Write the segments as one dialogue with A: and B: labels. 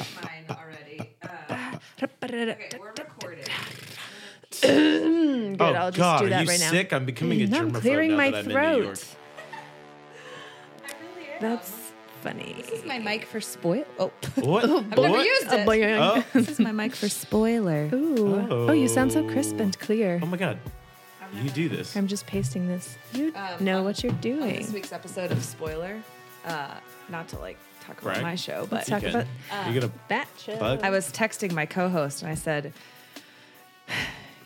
A: Um, Okay, we're recording.
B: Good,
C: oh
B: I'll just
C: God,
B: do that
C: are you
B: right now.
C: sick? I'm becoming a
B: Mm,
C: germaphobe
B: I'm clearing
C: now
B: my
C: that I'm in New York.
B: throat.
A: I really am.
B: That's funny.
D: This is my mic for spoil. Oh,
C: What?
D: I've never
C: What?
D: used
B: Oh,
D: it.
B: boing.
C: Oh.
D: This is my mic for spoiler.
B: Ooh. Oh. you sound so crisp
C: Oh.
B: and clear.
C: Oh my God, you do this.
B: I'm just pasting this. You
D: Um,
B: know
D: on-
B: what you're
D: On this
B: doing.
D: week's episode of spoiler, uh, not to like talk about
C: Brag.
D: my show, but
B: talk
C: You
B: about-
C: can. You're gonna
B: That
C: Bug?
D: I was texting my co-host and I said,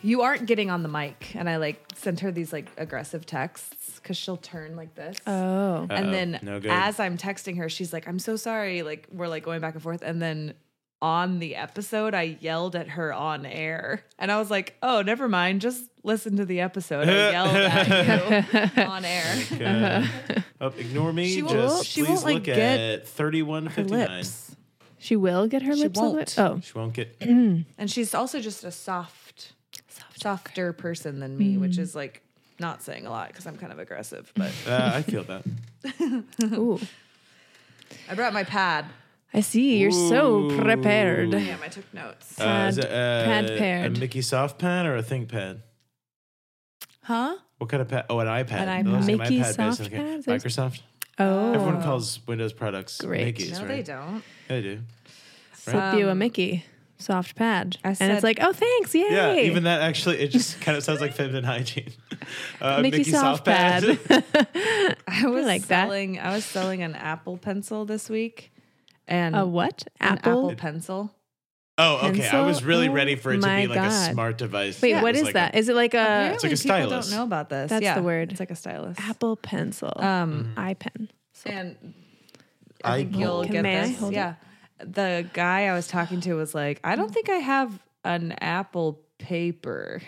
D: "You aren't getting on the mic." And I like sent her these like aggressive texts because she'll turn like this.
B: Oh.
C: Uh-oh,
D: and then
C: no good.
D: as I'm texting her, she's like, "I'm so sorry." Like we're like going back and forth, and then on the episode, I yelled at her on air, and I was like, "Oh, never mind. Just listen to the episode. I yelled at you on air."
B: uh,
C: Okay.
B: uh-huh.
C: Oh, ignore me.
D: She won't-
C: just
D: she
C: please
D: won't, like,
C: look
D: get
C: at 3159.
D: Lips,
B: She will get her
D: She
B: lips
D: won't.
B: a little bit.
C: She won't get.
D: and she's also just a soft, softer person than me,
B: Hmm.
D: which is like not saying a lot because I'm kind of aggressive. But
C: Uh, I feel that.
B: Oh. Ooh.
D: I brought my pad.
B: I see. You're so prepared.
C: Ooh.
D: Damn, I took notes.
C: Uh,
B: Pad-
C: is it, uh,
B: pad
C: A
B: paired.
C: Mickey soft pen or a ThinkPad?
D: Huh?
C: What kind of pad? Oh, an iPad.
D: An
C: That looks like
B: Mickey
C: but it's
B: soft
C: okay.
B: pads? There's-
C: Microsoft.
B: Oh.
C: Everyone calls Windows products
B: Great.
C: Mickeys,
D: No,
C: right?
D: they don't.
C: Yeah, they do.
B: Slip you a Mickey soft pad.
D: I
B: and it's
D: said-
B: like, oh, thanks. Yay.
C: Yeah, even that actually, it just kind of sounds like feminine hygiene. Uh,
B: Mickey, soft, pad.
D: I was
B: like that.
D: selling. I was selling an Apple pencil this week, and
B: a what?
D: an
B: Apple?
D: Apple pencil.
C: oh, okay. I was
B: Pencil?
C: really
B: Oh
C: ready for it to
B: my
C: be like
B: God.
C: a smart device.
B: Wait,
C: that
B: what
C: was
B: is
C: like
B: that?
C: a-
B: Is it like a
D: Apparently
C: like a stylus.
D: People don't know about this.
B: That's
D: Yeah,
B: the word.
D: It's like a stylus.
B: Apple pencil?
C: Mm-hmm.
D: Um,
B: iPen.
D: and I think
C: iPod.
D: you'll
B: Can-
D: get
B: may I
D: this.
B: hold it? Mm.
D: yeah. The guy I was talking to was like, I don't think I have an Apple paper.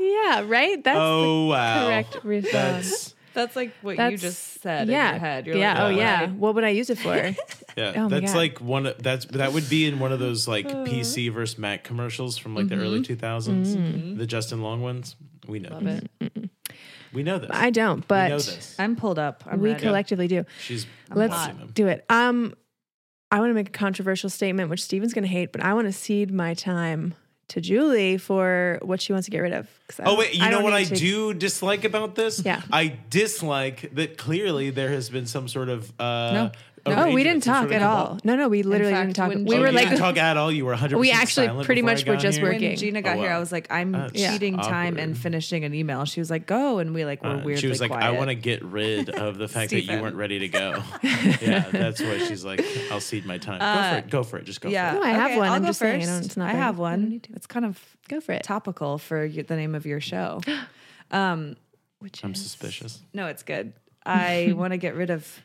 B: Yeah, right? That's
C: oh wow,
B: the correct response.
C: That's
D: That's like what you
B: That's-
D: just said
B: yeah.
D: in your head. You're
B: yeah.
D: like,
B: oh,
D: "What
B: yeah.
D: would I
B: What would I use it for?
C: yeah.
B: Oh my
C: that's
B: God. Uh.
C: like one. Of, that's that would be in one of those like PC versus Mac commercials from like the early
B: Mm-hmm.
C: two
B: Mm.
C: The Justin Long ones. We know.
D: Love it.
C: We know this.
B: I don't,
C: we know
B: but
C: this.
D: I'm pulled up. I'm
B: we
D: ready.
B: collectively do.
C: She's
B: Let's
C: watching them.
B: do it. Um, I want to make a controversial statement, which Steven's going to hate, but I want to cede my time to Julie for what she wants to get rid of. 'cause I
C: Oh
B: don't-
C: wait, you know
B: don't
C: what
B: need
C: I
B: to-
C: do dislike about this?
B: Yeah.
C: I dislike that clearly there has been some sort of uh
D: No.
B: Oh, we
C: arrangement,
B: didn't
C: some
B: talk
C: sort
B: at
C: of
B: all. No, no, we literally
D: fact,
B: didn't talk.
D: when
B: We
D: she-
C: Oh,
B: were
C: you
B: like,
C: didn't talk at all. You were 100.
B: We actually pretty much were just
C: working.
B: working.
D: When Gina got
C: Oh,
D: here,
C: wow.
D: I was like, I'm
C: That's
D: cheating time and
C: awkward.
D: finishing an email. She was like, go. And we like were
C: Uh,
D: weirdly
C: she was like,
D: quiet.
C: I want to get rid of the fact that you
D: Stephen.
C: weren't ready to go. yeah, that's why she's like, I'll cede my time. go for
B: Uh,
C: it. Go for it. Just go
D: Yeah.
C: for
B: No, I have one.
D: I'll
B: I'm
D: go
B: just saying, I don't- it's not
D: I
B: very-
D: have
B: I don't
D: one.
B: need to.
D: It's kind of
B: go for it.
D: topical for your, the name of your show.
C: it. I'm suspicious.
D: No, it's good. I want to get rid of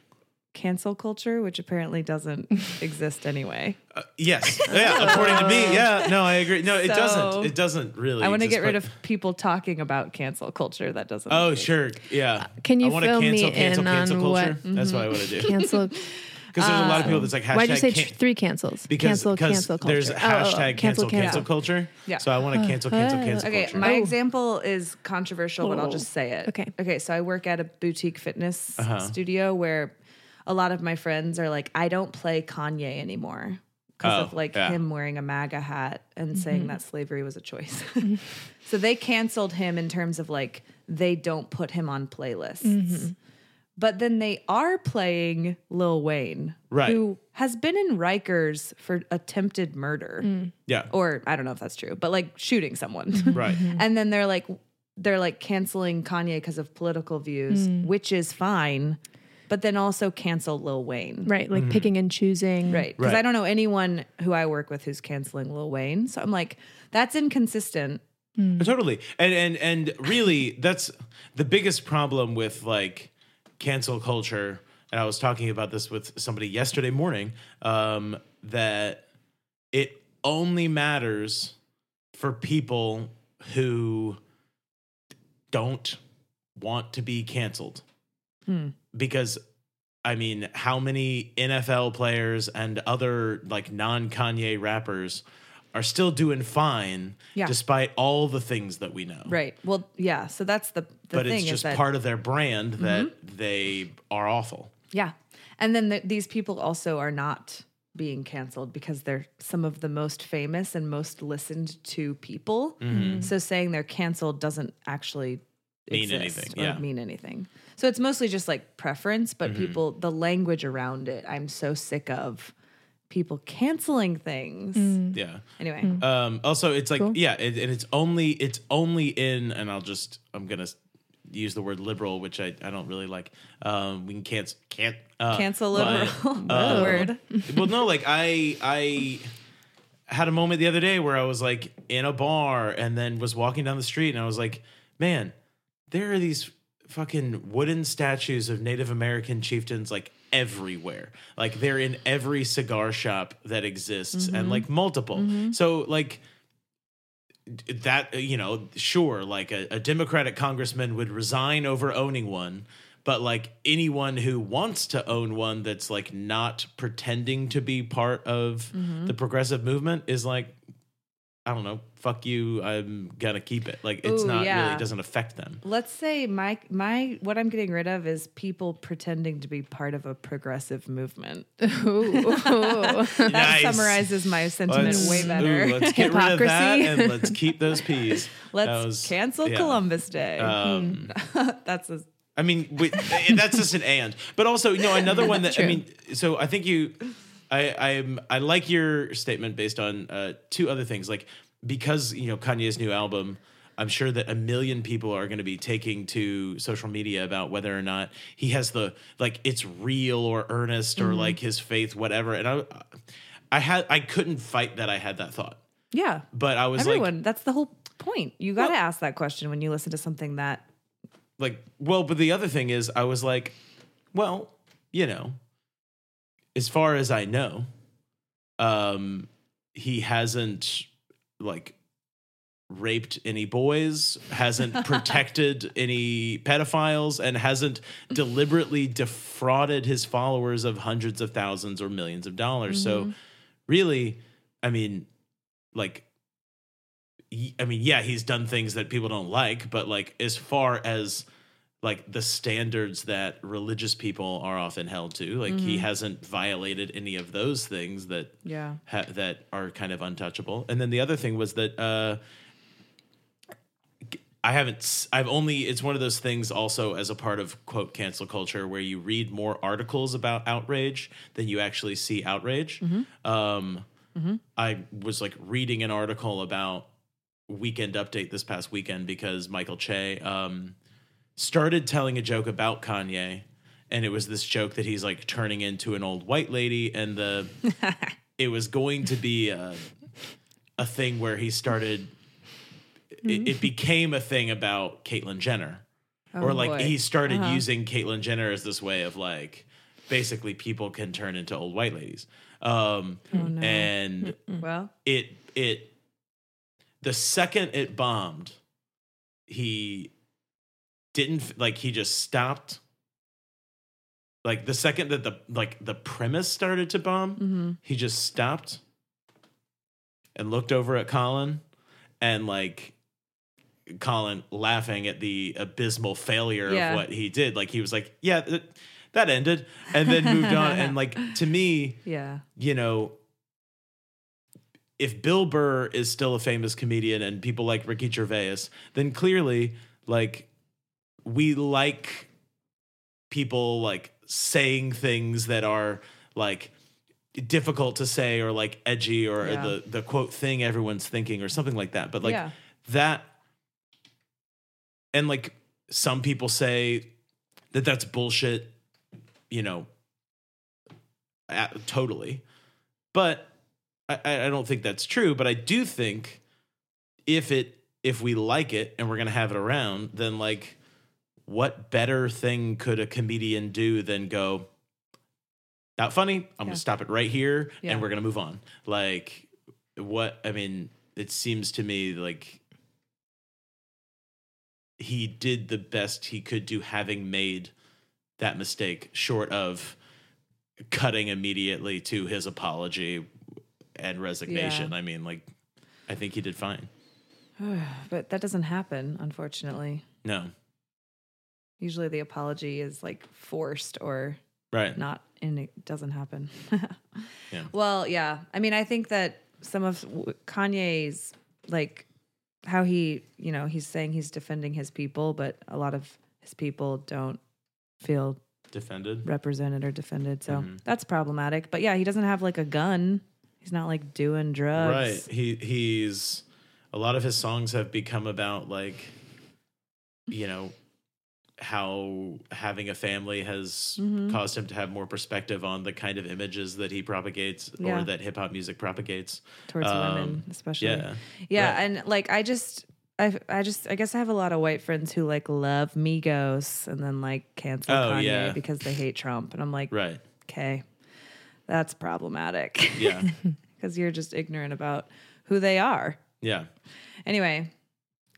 D: cancel culture, which apparently doesn't exist anyway.
C: Uh, yes. Yeah, according to
B: Oh.
C: me. Yeah. No, I agree. No, it
D: So-
C: doesn't. It doesn't really.
D: I want to
C: exist,
D: get rid
C: but-
D: of people talking about cancel culture. That doesn't.
C: Oh,
D: exist.
C: sure. Yeah.
B: Can you
C: I want to
B: fill me
C: cancel, cancel,
B: in
C: cancel
B: on
C: culture.
B: what- Mm-hmm.
C: That's what I want to do.
B: cancel.
C: Because there's a lot of people that's like hashtag
B: Um, Why'd you say tr-
C: can-
B: three cancels?
C: because
B: cancel,
C: 'cause
B: cancel oh. culture.
C: there's
B: Oh, oh, oh,
C: hashtag cancel, cancel culture.
D: Yeah.
C: So I want to cancel cancel cancel
D: Okay,
C: culture.
D: my example is controversial, but I'll just say it.
B: Okay.
D: Okay, so I work at a boutique fitness
C: Uh-huh.
D: studio where a lot of my friends are like, I don't play Kanye anymore because of
C: Oh,
D: like
C: yeah.
D: him wearing a MAGA hat and saying that slavery was a choice. so they canceled him in terms of like they don't put him on playlists. But then they are playing Lil Wayne,
C: Right.
D: who has been in Rikers for attempted murder
C: yeah.
D: or I don't know if that's true, but like shooting someone.
C: right.
D: and then they're like they're like canceling Kanye because of political views, which is fine, but then also cancel Lil Wayne.
B: Right,
C: Mm-hmm.
B: like picking and choosing.
D: Right. Because I
C: Right.
D: don't know anyone who I work with who's canceling Lil Wayne. So I'm like, that's inconsistent.
B: Mm-hmm.
C: Totally. And and and really that's the biggest problem with like cancel culture. And I was talking about this with somebody yesterday morning um that it only matters for people who don't want to be canceled.
D: Hmm.
C: Because I mean, how many NFL players and other like non-Kanye rappers are still doing fine
D: Yeah.
C: despite all the things that we know.
D: Right. Well, yeah. So that's the, the
C: But
D: thing
C: it's
D: is
C: just
D: that Mm-hmm.
C: part of their brand that they are awful.
D: Yeah. And then the, these people also are not being canceled because they're some of the most famous and most listened to people. So saying they're canceled doesn't actually
C: Mm-hmm. Mean
D: exist
C: anything,
D: or
C: yeah. Mm-hmm.
D: mean anything. So it's mostly just like preference, but people the language around it. I'm so sick of people canceling things.
C: Yeah.
D: Anyway,
C: Um, also, it's like
B: Cool.
C: yeah, it, and it's only it's only in, and I'll just I'm gonna s- use the word liberal, which I, I don't really like. Um, we can can't can't uh,
D: cancel
C: but-
D: liberal
C: uh,
D: word.
C: well, no, like I I had a moment the other day where I was like in a bar and then was walking down the street and I was like, man, there are these fucking wooden statues of Native American chieftains like everywhere. Like they're in every cigar shop that exists
D: Mm-hmm.
C: and like multiple. So like that you know sure like a, a democratic congressman would resign over owning one but like anyone who wants to own one that's like not pretending to be part of
D: Mm-hmm.
C: the progressive movement is like i don't know fuck you i'm gonna keep it like it's
D: Ooh,
C: not really
D: yeah.
C: it doesn't affect them
D: Let's say my my what I'm getting rid of is people pretending to be part of a progressive movement.
B: Ooh.
D: That
C: Nice.
D: summarizes my sentiment way better.
C: ooh, let's get rid of that
B: Hypocrisy.
C: and let's keep those peas That
D: Let's
C: was-
D: cancel
C: yeah.
D: Columbus Day. Hmm.
C: um,
D: That's a,
C: I mean, we, and that's just an and. But also, you know, another one that I
B: True.
C: mean. So I think you, I I'm I like your statement based on uh, two other things. Like because you know Kanye's new album, I'm sure that a million people are going to be taking to social media about whether or not he has the like it's real or earnest
D: Mm-hmm.
C: or like his faith, whatever. And I, I had I couldn't fight that I had that thought,
D: yeah.
C: but I was like,
D: Everyone, that's the whole point. You got to ask that question when you listen to something that
C: like well but the other thing is i was like well you know as far as i know um he hasn't like raped any boys hasn't protected any pedophiles and hasn't deliberately defrauded his followers of hundreds of thousands or millions of dollars so really i mean like y- I mean, yeah, he's done things that people don't like, but like as far as like the standards that religious people are often held to, like he hasn't violated any of those things that
D: yeah.
C: ha- that are kind of untouchable. And then the other thing was that uh, I haven't. s- I've only. It's one of those things. Also, as a part of quote cancel culture, where you read more articles about outrage than you actually see outrage. Um, I was like reading an article about Weekend Update this past weekend because Michael Che um, started telling a joke about Kanye, and it was this joke that he's like turning into an old white lady, and the it was going to be a, a thing where he started. It, it became a thing about Caitlyn Jenner, or like
D: boy.
C: he started using Caitlyn Jenner as this way of like, basically people can turn into old white ladies, um, and
D: oh,
B: Hmm.
D: Well,
C: it it the second it bombed he didn't f- like he just stopped like the second that the like the premise started to bomb he just stopped and looked over at colin and like colin laughing at the abysmal failure
D: Yeah.
C: of what he did like he was like yeah th- that ended and then moved on and like to me
D: yeah.
C: you know, if Bill Burr is still a famous comedian and people like Ricky Gervais, then clearly, like, we like people like saying things that are like difficult to say or like edgy or
D: Yeah.
C: the the quote thing everyone's thinking or something like that. But like
D: Yeah.
C: that, and like some people say that that's bullshit. You know, a- totally. But I- I, I don't think that's true. But I do think if it if we like it and we're gonna have it around, then like what better thing could a comedian do than go not funny i'm
D: Yeah.
C: gonna stop it right here
D: Yeah.
C: and we're gonna move on like what i mean it seems to me like he did the best he could do having made that mistake short of cutting immediately to his apology and resignation. I mean, like, I think he did fine.
D: But that doesn't happen, unfortunately.
C: No.
D: Usually the apology is like forced or
C: Right.
D: not and it doesn't happen.
C: Yeah.
D: Well, yeah. I mean, I think that some of w- Kanye's like how he, you know, he's saying he's defending his people, but a lot of his people don't feel
C: Defended.
D: represented or defended. So
C: Mhm.
D: that's problematic. But yeah, he doesn't have like a gun. He's not like doing
C: Right.
D: drugs.
C: He he's a lot of his songs have become about like you know how having a family has
D: Mm-hmm.
C: caused him to have more perspective on the kind of images that he propagates
D: Yeah.
C: or that hip hop music propagates.
D: towards
C: Um,
D: women, especially.
C: Yeah.
D: Yeah,
C: Right.
D: and like I just I I just I guess I have a lot of white friends who like love Migos and then like cancel
C: Oh,
D: Kanye
C: yeah.
D: because they hate Trump, and I'm like,
C: Right.
D: okay, that's problematic
C: Yeah.
D: because you're just ignorant about who they are.
C: Yeah.
D: Anyway,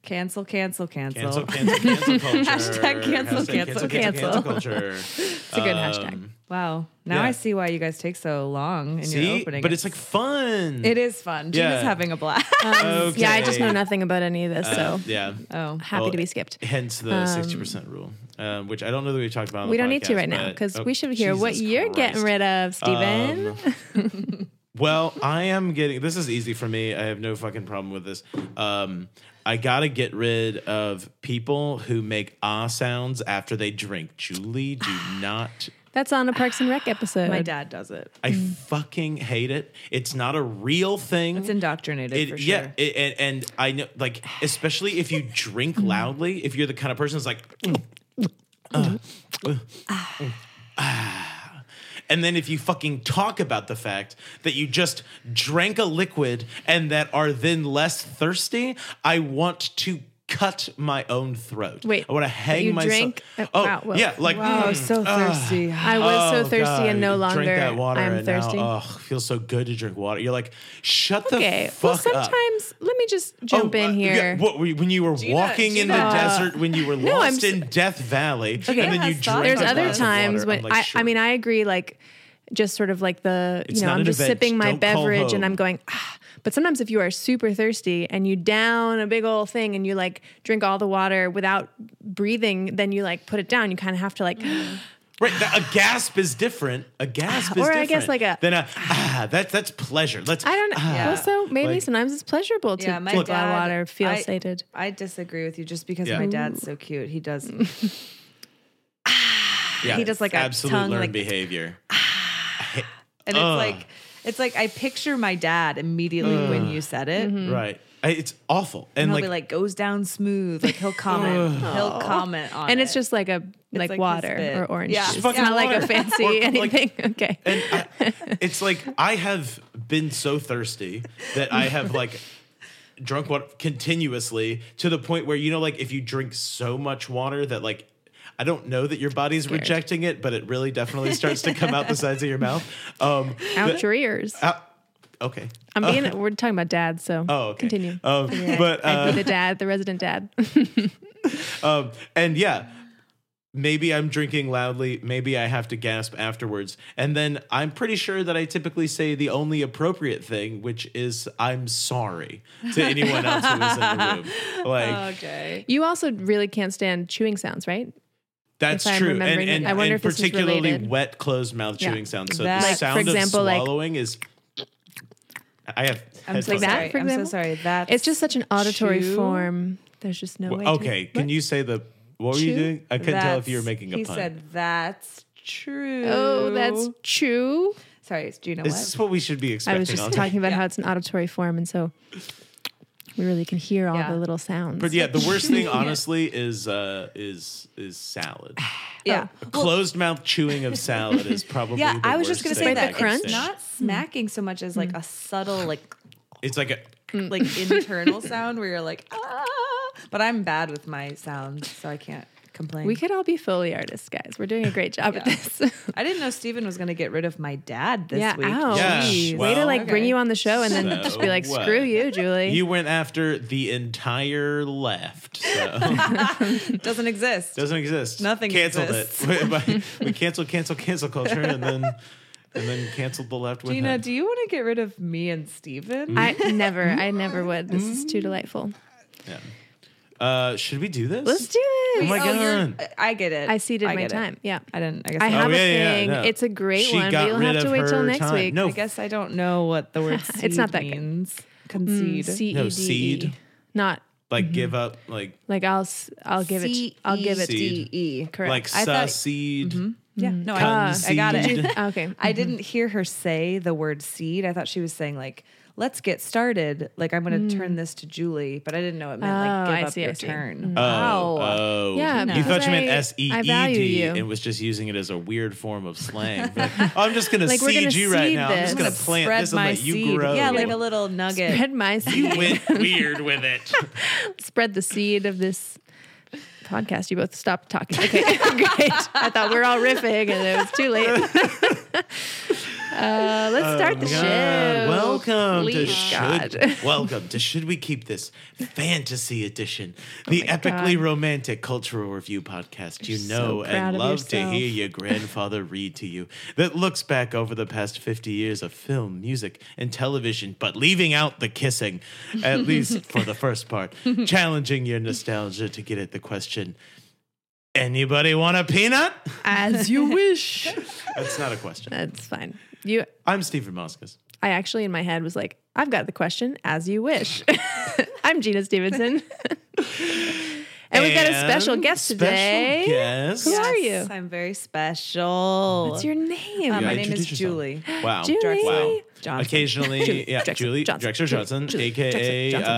D: cancel, cancel, cancel.
C: Cancel, cancel, cancel culture.
D: Hashtag cancel, cancel, cancel.
C: culture. Um,
B: It's a good hashtag.
D: Wow, now
C: Yeah.
D: I see why you guys take so long in your
C: See,
D: opening.
C: but it's like fun.
D: it is fun. Gina's
C: Yeah.
D: having a blast.
C: Okay. Uh,
B: Yeah, I just know nothing about any of this, so
C: Yeah.
D: oh,
B: happy
C: well,
B: to be skipped.
C: Hence the sixty percent rule, um, which I don't know that we talked about. on
B: We
C: the
B: don't need to
C: podcast,
B: right now
C: oh but-
B: because
C: oh,
B: we should hear what
C: Jesus
B: you're getting
C: Christ.
B: rid of, Steven.
C: Um, well, I am getting this is easy for me. I have no fucking problem with this. Um, I gotta get rid of people who make ah sounds after they drink. Julie, do not.
B: That's on a Parks and Rec episode.
D: my dad does it.
C: I fucking hate it. It's not a real thing.
D: It's indoctrinated
C: It,
D: for sure.
C: Yeah, it, and, and I know, like, especially if you drink loudly, if you're the kind of person that's like,
B: Mm.
C: uh, uh, ah. and then if you fucking talk about the fact that you just drank a liquid and that are then less thirsty, I want to cut my own throat.
B: Wait,
C: I want to hang
B: you
C: myself.
B: drank- uh,
C: oh,
B: wow, whoa.
C: yeah, like. mm,
D: Wow, so
C: Ah.
D: thirsty.
B: I was so
C: oh,
B: thirsty
C: God,
B: and no longer
C: Drink that water
B: I'm
C: and now,
B: thirsty.
C: oh, feels so good to drink water. You're like, shut
B: okay.
C: the fuck
B: Well,
C: up.
B: sometimes let me just jump
C: Oh, uh,
B: in
C: yeah,
B: here.
C: what were you- when you were walking in the
D: Gina.
C: desert, when you were
B: No, I'm
C: lost
B: s-
C: in Death Valley, and then you
D: has thought
C: drank
B: There's
D: a
B: other
D: glass of
B: times when I, I mean, I agree, like just sort of like the,
C: It's
B: you know,
C: not
B: I'm
C: an
B: just
C: event.
B: sipping my
C: Don't call
B: beverage and
C: home.
B: I'm going, ah. But sometimes if you are super thirsty and you down a big old thing and you like drink all the water without breathing, then you like put it down. You kind of have to like,
C: right, that- a gasp is different. A gasp is
B: Or
C: different.
B: I guess like a-
C: then a ah, that's that's pleasure. Let's
B: I don't know.
C: ah.
D: Yeah.
B: Also, maybe
C: Like-
B: sometimes it's pleasurable to
D: Yeah, my
B: drink a lot
D: dad-
B: of water, feel
D: I-
B: sated.
D: I disagree with you just because
C: Yeah.
D: my dad's so cute. He does
C: Yeah,
D: he does, like, a
C: absolute
D: tongue,
C: learned
D: like-
C: behavior.
D: And
C: Ugh.
D: it's like it's like I picture my dad immediately when you said it.
B: Mm.
C: Right, I, it's awful. And
D: And he'll
C: like,
D: be like goes down smooth. Like he'll comment. he'll comment on
B: And
D: it.
B: it's just like a,
D: like
B: like,
D: his
B: water
D: spit.
B: or orange.
D: Yeah.
B: juice.
D: It's
B: It's
C: fucking
B: not like
C: water.
B: a fancy
C: Or, like-
B: anything. okay.
C: and I, it's like I have been so thirsty that I have like drunk water continuously to the point where you know, like if you drink so much water that like I don't know that your body's
B: Scared.
C: rejecting it, but it really definitely starts to come out the sides of your mouth. Um,
B: Out your ears.
C: uh, okay.
B: I'm being, we're talking about dad, so
C: Oh, okay.
B: continue.
C: Um, But uh,
B: I'd be the dad, the resident dad.
C: Um, and yeah, maybe I'm drinking loudly. Maybe I have to gasp afterwards. And then I'm pretty sure that I typically say the only appropriate thing, which is I'm sorry to anyone else who is in the room.
B: Oh,
C: Like,
D: okay.
B: you also really can't stand chewing sounds, right?
C: that's
B: if I'm
C: true. And,
B: remembering
C: and,
B: it- I wonder
C: and
B: if this is
C: particularly
B: related.
C: wet, closed mouth
B: Yeah.
C: chewing sounds. So
D: That-
C: the
D: Like, for
C: sound
B: example,
C: of
B: like-
C: swallowing is. I have.
D: I'm so
C: headphones.
B: that,
D: sorry.
B: for
D: I'm so
B: example?
D: sorry. That's
B: It's just such an auditory
D: Chew?
B: form. There's just no way. to-
C: Okay, can
B: What?
C: you say the. What were you
B: Chew?
C: doing? I couldn't tell if you were
D: that's-
C: making a
D: He
C: pun.
D: said that's true.
B: Oh, that's chew.
D: sorry, it's Gina
C: is
D: what?
C: this what we should be expecting?
B: I was just
C: on-
B: talking about
D: Yeah.
B: how it's an auditory form, and so we really can hear all
D: Yeah.
B: the little sounds.
C: But yeah, the worst thing, honestly, is uh, is is salad.
D: yeah.
C: Closed mouth chewing of salad is probably
D: Yeah,
C: The
D: I was just
C: worst
D: gonna
C: thing
D: say that
B: Despite
C: I can
B: crunch?
D: it's
C: say.
D: not smacking so much as
B: Mm.
D: like a subtle like
C: It's like a
D: like internal sound where you're like ah. But I'm bad with my sound, so I can't complain.
B: we could all be Foley artists, guys. We're doing a great job at
D: Yeah.
B: this.
D: I didn't know Steven was going to get rid of my dad this
B: yeah,
D: week.
B: ow.
C: Yeah,
B: Jeez. Way to
C: well-
B: like bring
D: Okay.
B: you on the show and then
C: So
B: just be like,
C: what?
B: screw you, Julie.
C: you went after the entire left. So
D: Doesn't exist.
C: doesn't exist.
D: Nothing
C: canceled
D: exists.
C: it. we, we canceled, cancel, cancel culture, and then and then canceled the left with
D: Gina,
C: him.
D: do you want to get rid of me and Steven?
B: Mm.
C: Mm.
B: I never, I never would. This is too delightful.
C: yeah. Uh, should we do this?
B: Let's do
C: Oh
B: this.
C: my
D: Oh, you're-
C: god.
D: I get it.
B: I ceded my
D: get it.
B: time. Yeah.
D: I didn't. I guess
B: I
D: I,
B: have
C: Oh, yeah,
B: a
C: yeah,
B: thing.
C: no.
B: It's a great
C: She
B: one,
C: got
B: but you'll
C: rid
B: have to
C: of
B: wait till
C: her
B: next
C: time.
B: week.
C: No,
D: I guess I don't know what the word seed
B: Oh. It's not that good.
D: means. Concede.
B: C E
C: No,
B: D E.
C: seed.
B: Not
C: Like
D: Mhm.
C: give up, like
B: like I'll s- E. I'll give it I'll give it
C: C
B: to
C: E D.
D: D-E.
B: correct. Mm.
C: like
D: I thought- Mm-hmm.
C: succeed.
D: Yeah. No, I, I got
C: Concede.
D: it.
B: okay.
D: I didn't hear her say the word seed. I thought she was saying like, "Let's get started." Like I'm going to turn this to Julie, but I didn't know it meant like
B: Mm. Oh,
D: give
B: I
D: up
B: see, I
D: your
B: see. uh,
D: turn.
C: Oh, oh.
B: Yeah,
C: You thought
B: because
C: you meant
B: I-
C: S E
B: I
C: E
B: value
C: D
B: you.
C: and was just using it as a weird form of slang. Like, oh, I'm just gonna
B: Like, we're
C: seed
B: gonna
C: you right
B: seed
C: now. I'm just
B: this.
C: gonna
B: I'm gonna
C: plant
D: Spread
C: this and
D: my
C: let
D: seed.
C: you grow.
D: Yeah, like a little nugget.
B: Spread my seed.
C: You went weird with it.
B: Spread the seed of this podcast. You both stopped talking. Okay, great. I thought we were all riffing and it was too late. uh, let's start the show.
C: Oh God, welcome to
B: Please, God.
C: should, welcome to should we keep this fantasy edition, the epically
B: Oh God.
C: romantic cultural review podcast you
B: You're
C: know
B: so proud
C: and
B: of
C: love to
B: yourself.
C: hear your grandfather read to you that looks back over the past fifty years of film, music, and television, but leaving out the kissing, at least for the first part, challenging your nostalgia to get at the question. Anybody want a peanut?
B: As you wish.
C: That's not a question.
B: That's fine. You
C: I'm Stephen Moskus.
B: I actually in my head was like, I've got the question as you wish. I'm Gina Stevenson. and we've got a special
C: And
B: guest
C: special
B: today.
C: guest.
B: Who are
D: Yes,
B: you?
D: I'm very special.
B: What's your name?
D: Uh,
C: Yeah,
D: my name is
C: introduce yourself.
D: Julie.
C: Wow.
B: Julie.
C: Wow.
D: Johnson.
C: Occasionally,
B: Julie
C: yeah,
B: Drexler
C: Julie
B: Johnson.
C: Drexler Johnson,
B: Julie Drexler
C: aka
B: Johnson.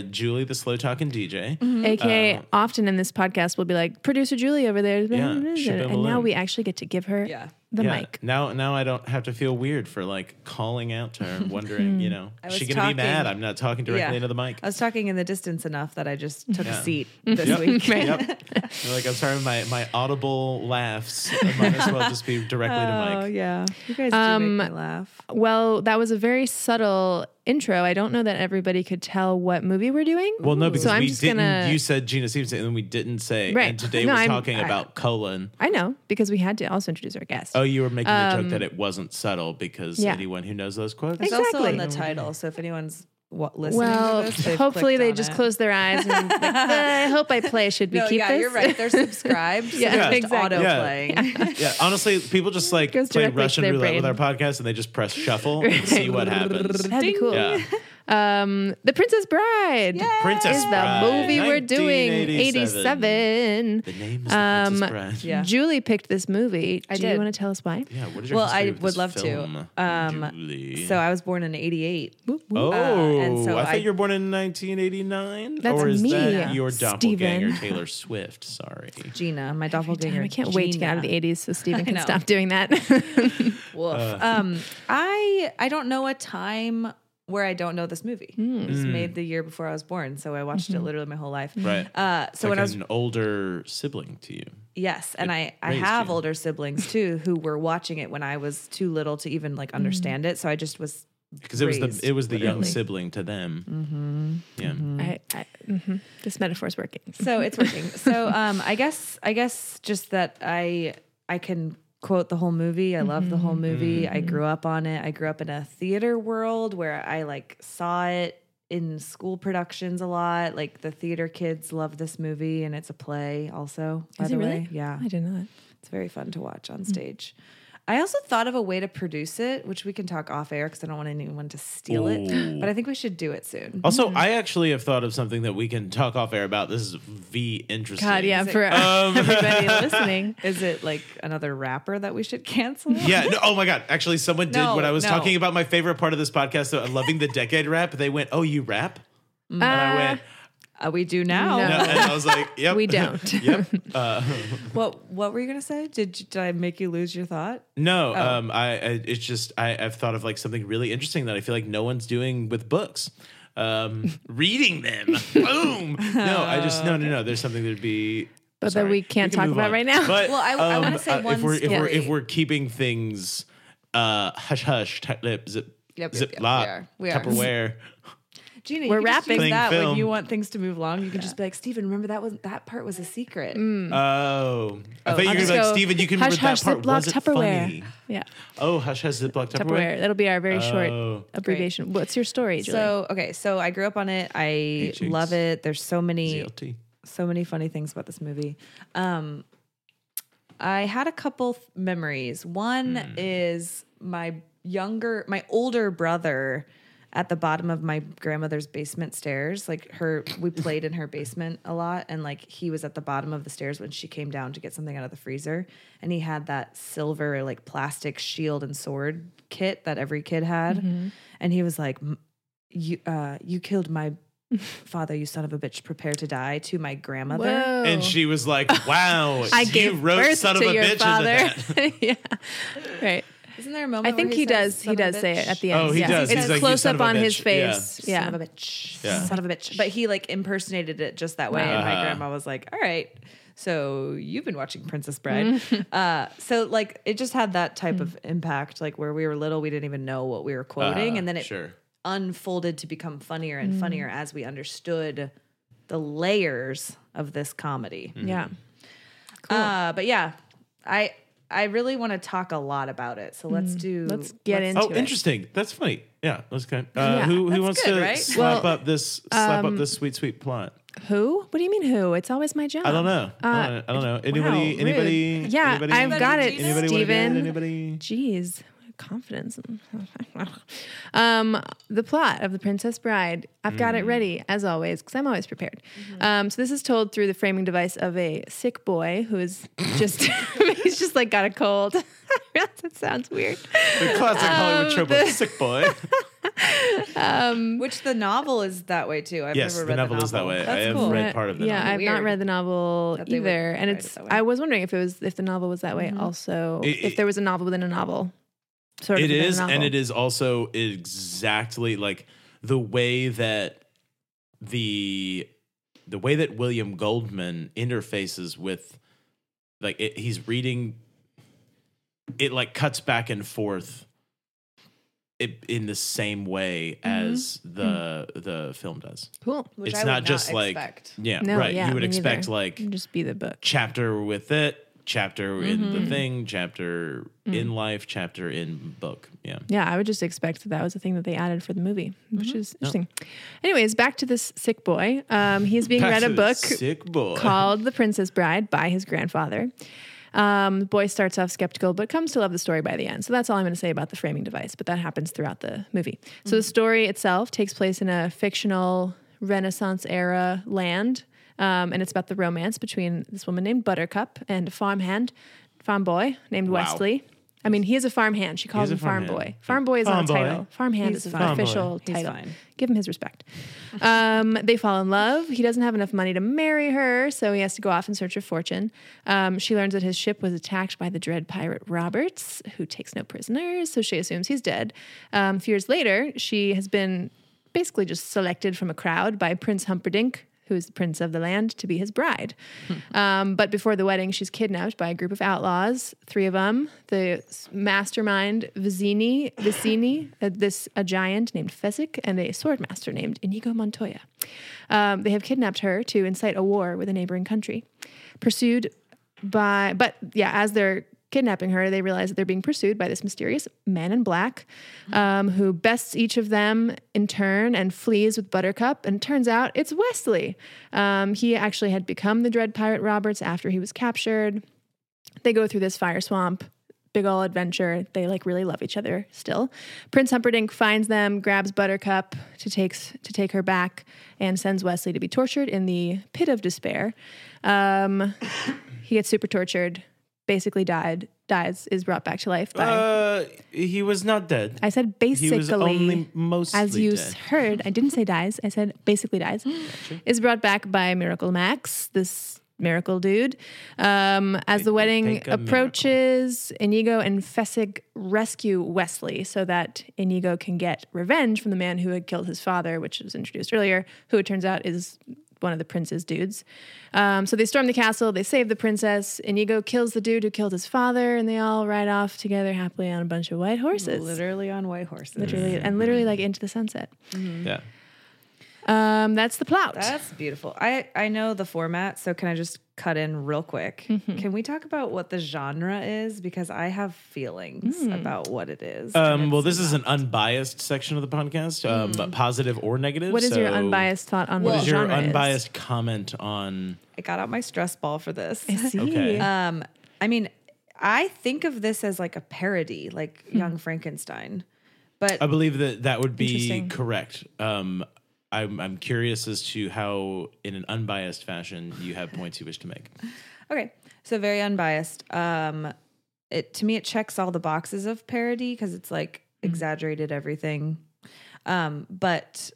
B: Mm-hmm.
C: Uh, Julie the slow talking DJ.
B: Um, AKA
C: um,
B: often in this podcast we'll be like, producer Julie over there. and now
C: Shabalala.
B: we actually get to give her
D: Yeah.
B: the
C: Yeah.
B: mic.
C: Now, now I don't have to feel weird for like calling out to her and wondering,
B: Hmm.
C: you know,
D: was
C: is she gonna
D: talking- Uh,
C: be mad? I'm not talking directly into the mic.
D: I was talking in the distance enough that I just took
C: Yeah.
D: a seat this
C: Yep.
D: week.
C: Yep. You're like I'm sorry, my my audible laughs might as well just be directly to
D: Oh
C: mic.
D: yeah, you guys do
B: Um,
D: make me laugh.
B: Well, that was a very subtle intro. I don't know that everybody could tell what movie we're doing.
C: Well, no, because
B: so I'm
C: we
B: just
C: didn't.
B: gonna
C: You said Gina Stevenson, and then we didn't say.
B: Right.
C: And today
B: No,
C: we're
B: I'm-
C: talking
B: I-
C: about colon.
B: I know, because we had to also introduce our guest.
C: Oh, you were making a joke that it wasn't subtle because
B: Yeah.
C: anyone who knows those quotes.
D: It's also in
B: Exactly.
D: the title, so if anyone's wa listening,
B: Well,
D: to this, they've
B: hopefully
D: clicked
B: they
D: on
B: just
D: it.
B: close their eyes and like, "Uh, I hope I play. Should we
D: No,
B: keep
D: yeah,
B: this?
D: you're right. They're subscribed. so
B: Yeah,
D: they're just
B: exactly.
D: auto
C: Yeah.
D: playing.
C: Yeah, honestly, people just like
B: Goes
C: play
B: directly to
C: Russian
B: their
C: roulette with our
B: brain.
C: podcast and they just press shuffle and see what happens.
B: That'd be cool.
C: Yeah.
B: Um, the Princess Bride
C: Princess
B: is the
C: Bride,
B: movie we're doing.
C: 1987.
B: Eighty-seven.
C: The name is
B: Um,
C: the Princess Bride.
D: yeah.
B: Julie picked this movie.
D: I
B: Do you
D: did.
B: want to tell us why?
C: Yeah, what is your
D: Well,
C: history
D: I
C: with
D: would
C: this
D: love to.
C: film,
D: Um,
C: Julie?
D: So I was born in '88.
C: oh,
D: and so
C: I
D: I-
C: thought you were born in 1989.
B: That's
C: or is that
B: me,
C: your doppelganger,
B: Steven.
C: Taylor Swift? Sorry.
D: Gina, my
B: Damn,
D: doppelganger.
B: I can't wait to get out of the
D: Gina.
B: '80s so Steven can
D: know.
B: stop doing that. Mm-hmm.
D: Woof. um, I I don't know a time where I don't know this movie.
B: Hmm.
D: It was made the year before I was born, so I watched
B: Mm-hmm.
D: it literally my whole life.
C: Hmm. Right.
D: Uh, so
C: like
D: when I was
C: an older sibling to you.
D: Yes, and I I
C: raised
D: have
C: you.
D: older siblings too who were watching it when I was too little to even
B: Mm-hmm.
D: like understand it. So I just was
C: Because it was the
D: raised,
C: it was the young
B: literally.
C: sibling to them. Mm-hmm. Yeah.
B: I, I, mhm. This metaphor's working.
D: so it's mm-hmm. working. So um, I guess I guess just that I I can quote the whole movie. I love the
B: Mm-hmm.
D: whole movie. I grew up on it. I grew up in a theater world where I like saw it in school productions a lot. Like the theater kids love this movie, and it's a play also. By
B: Is
D: the
B: it
D: way,
B: really?
D: yeah,
B: I didn't know that.
D: It's very fun to watch
B: Mm.
D: on stage. I also thought of a way to produce it, which we can talk off air because I don't want anyone to steal
C: Ooh. Oh.
D: it. But I think we should do it soon.
C: Also, I actually have thought of something that we can talk off air about. This is v interesting.
B: God, yeah,
D: it-
B: for everybody
C: Um,
B: listening.
D: Is it like another rapper that we should cancel?
C: Yeah. No, oh my God. Actually, someone did
D: No,
C: when I was
D: no.
C: talking about my favorite part of this podcast, so loving the decade rap. They went, "Oh, you rap?" and I went,
D: Uh, we do now.
B: No.
C: no, and I was like, "Yep,
B: We don't.
C: yep."
D: What What were you gonna say? Did you- Did I make you lose your thought?
C: No, um, I, I it's just I, I've thought of like something really interesting that I feel like no one's doing with books. Um, reading them. Boom. No, I just no, no, no. There's something that'd be.
B: But that we can't
C: can
B: talk
C: move
B: about
C: on.
B: right now.
C: But, um, uh,
D: Well, I- I wanna say one
C: if we're, if we're if
D: story.
C: we're keeping things uh hush hush tight lip zip
D: Yep, yep,
C: zip
D: yep, we
C: lock
D: are, we are.
C: Tupperware.
D: Gina,
B: We're
D: you can just
B: rapping.
D: use
C: Playing
D: that
C: film.
D: when you want things to move along. You can just be like, Steven, remember that was that part was a secret.
B: Mm.
C: Oh, I thought you were
D: I'll
C: gonna
B: just
C: be like
B: go,
C: Steven. You can
B: hush,
C: remember that
B: hush,
C: part.
B: Ziploc,
C: Was it
B: Tupperware.
C: funny?
B: Yeah.
C: Oh, hush hush ziplock Tupperware.
B: Tupperware. That'll be our very
C: Oh.
B: short abbreviation. What's your story, Julie?
D: So okay, so I grew up on it. I
C: cheeks.
D: love it. There's so many
C: ZLT.
D: so many funny things about this movie. Um, I had a couple th- memories. One
B: Hmm.
D: is my younger, my older brother at the bottom of my grandmother's basement stairs. Like her, we played in her basement a lot, and like he was at the bottom of the stairs when she came down to get something out of the freezer, and he had that silver like plastic shield and sword kit that every kid had,
B: Mm-hmm.
D: and he was like, "M- "You, uh, you killed my." Father, you son of a bitch, prepare to die to my grandmother.
C: And she was like, "Wow,
B: I
C: you
B: gave
C: wrote
B: birth
C: son of
B: to
C: a
B: your
C: bitch
B: father.
C: into that."
B: yeah, right.
D: Isn't there a moment?
B: I
D: where
B: think he,
D: says,
B: does. He
D: "Son of a
B: does say it
D: bitch"?
B: at the end.
C: Oh, he
B: yeah.
C: does. He's
B: It's
C: like, "You
B: close
C: son
B: up
C: of a
B: on his
C: bitch."
B: face. Yeah.
D: Son of a bitch.
C: Yeah.
D: Son of a bitch. But he like impersonated it just that way. And my
C: Uh-huh.
D: grandma was like, all right, so you've been watching Princess Bride.
B: Mm-hmm.
D: uh, so like it just had that type of
B: Mm.
D: impact. Like where we were little, we didn't even know what we were quoting.
C: Uh,
D: and then it
C: sure.
D: unfolded to become funnier
B: Mm.
D: and funnier as we understood the layers of this comedy.
C: Mm.
B: Yeah.
D: Uh, but yeah, I. I really want to talk a lot about it, so let's do.
B: Mm. Let's get into
C: Oh,
B: it.
C: interesting. That's funny. Yeah, that's kind. Uh,
B: Yeah,
C: who who
D: that's
C: wants
D: good,
C: to
D: right?
C: slap
B: Well, um,
C: up this slap up this sweet sweet plot?
B: Who? What do you mean who? It's always my job.
C: I don't know. I don't know. I don't know. Anybody?
B: rude.
C: anybody?
B: uh, Yeah,
C: anybody,
B: I've got it,
C: Anybody wanna do it?
B: Steven.
C: Anybody?
B: Jeez, what confidence. um, the plot of The Princess Bride. I've got
C: Mm.
B: it ready, as always, because I'm always prepared.
C: Mm-hmm.
B: Um, so this is told through the framing device of a sick boy who is just, he's just like got a cold. I realize that sounds weird.
C: The classic
B: Oh,
C: Hollywood trope of sick boy.
D: Which the novel is that way too. I've
C: Oh. yes,
D: never
C: the
D: read the
C: novel,
D: novel
C: is that way. I
D: That's
C: have
D: cool.
C: read part of the
B: Uh, yeah,
C: novel.
B: I've not
D: Weird.
B: read the novel
D: That they would
B: either, and
D: write it
B: it's.
D: that way. Mm-hmm.
B: I was wondering if it was if the novel was that way also.
C: It-
B: if
C: it-
B: there was a novel within a novel, sort of.
C: It
B: within a
C: is, and
B: novel.
C: it is also exactly like the way that the the way that William Goldman interfaces with like it, he's reading it like cuts back and forth it, in the same way
B: Mm-hmm.
C: as the
B: Hmm.
C: the film does.
B: cool.
D: Which
C: it's
D: I would
C: not just like
D: expect.
C: yeah,
B: No,
C: right.
B: yeah,
C: you would
B: me neither.
C: expect like
B: It'd just be the book.
C: chapter with it, chapter in
B: Mm-hmm.
C: the thing, chapter in life, chapter in book. Yeah.
B: Yeah, I would just expect that that was a thing that they added for the movie, which is interesting. Anyways, back to this sick boy. Um, he's being read a book
C: Sick boy.
B: called The Princess Bride by his grandfather. Um, the boy starts off skeptical, but comes to love the story by the end. So that's all I'm going to say about the framing device, but that happens throughout the movie. So the
C: Mm-hmm.
B: story itself takes place in a fictional Renaissance era land, um, and it's about the romance between this woman named Buttercup and a farmhand, farm boy named
C: Wow.
B: Wesley. I mean, he is a farmhand. She calls
C: He's
B: him
C: a
B: farm
C: farmhand.
B: boy. Farm boy is
C: Farm
B: not a
C: boy.
B: title. Farmhand
D: He's
B: is
D: a
B: an
C: farm boy.
B: official
D: He's
B: title.
D: fine.
B: Give him his respect. Um, they fall in love. He doesn't have enough money to marry her, so he has to go off in search of fortune. Um, she learns that his ship was attacked by the dread pirate Roberts, who takes no prisoners, so she assumes he's dead. Um, a few years later, she has been basically just selected from a crowd by Prince Humperdinck. Who is the prince of the land to be his bride? Um, but before the wedding, she's kidnapped by a group of outlaws. Three of them: the s- mastermind Vizini, Vicini, uh, this a giant named Fezzik, and a swordmaster named Inigo Montoya. Um, they have kidnapped her to incite a war with a neighboring country. Pursued by, but yeah, as they're kidnapping her, they realize that they're being pursued by this mysterious man in black um, who bests each of them in turn and flees with Buttercup. And turns out it's Wesley. Um, he actually had become the Dread Pirate Roberts after he was captured they go through this fire swamp big ol' adventure they like really love each other still prince humperdinck finds them grabs buttercup to takes to take her back and sends wesley to be tortured in the pit of despair um, he gets super tortured basically died dies is brought back to life by
C: Uh, he was not dead.
B: i said basically
C: he was only mostly
B: as you
C: dead.
B: heard, I didn't say dies. I said basically dies. Is brought back by Miracle Max, this miracle dude. Um, as the wedding
C: take a
B: approaches, Inigo and Fessig rescue Wesley so that Inigo can get revenge from the man who had killed his father, which was introduced earlier, who it turns out is one of the prince's dudes. Um, so they storm the castle, they save the princess. Inigo kills the dude who killed his father, and they all ride off together happily on a bunch of white horses.
D: Literally on white horses.
B: Literally, and literally like into the sunset.
C: yeah.
B: Um, that's the plot.
D: That's beautiful. I I know the format, so can I just cut in real quick?
B: Mm-hmm.
D: Can we talk about what the genre is because I have feelings
B: Mm.
D: about what it is.
C: Um, well, this is an unbiased section of the podcast, um, positive or negative.
B: Mm. what is your
C: so
B: unbiased thought on
C: What
B: what
C: is your
B: genre
C: unbiased comment on?
D: I got out my stress ball for this.
B: Is? I see. Uh,
C: Okay.
D: Um, I mean, I think of this as like a parody, like
B: Hmm.
D: Young Frankenstein. But
C: I believe that that would be
B: Interesting.
C: correct. Um, I'm I'm curious as to how, in an unbiased fashion, you have points you wish to make.
D: Okay, so very unbiased. Um, it to me it checks all the boxes of parody because it's like
B: Hmm.
D: exaggerated everything. Um, but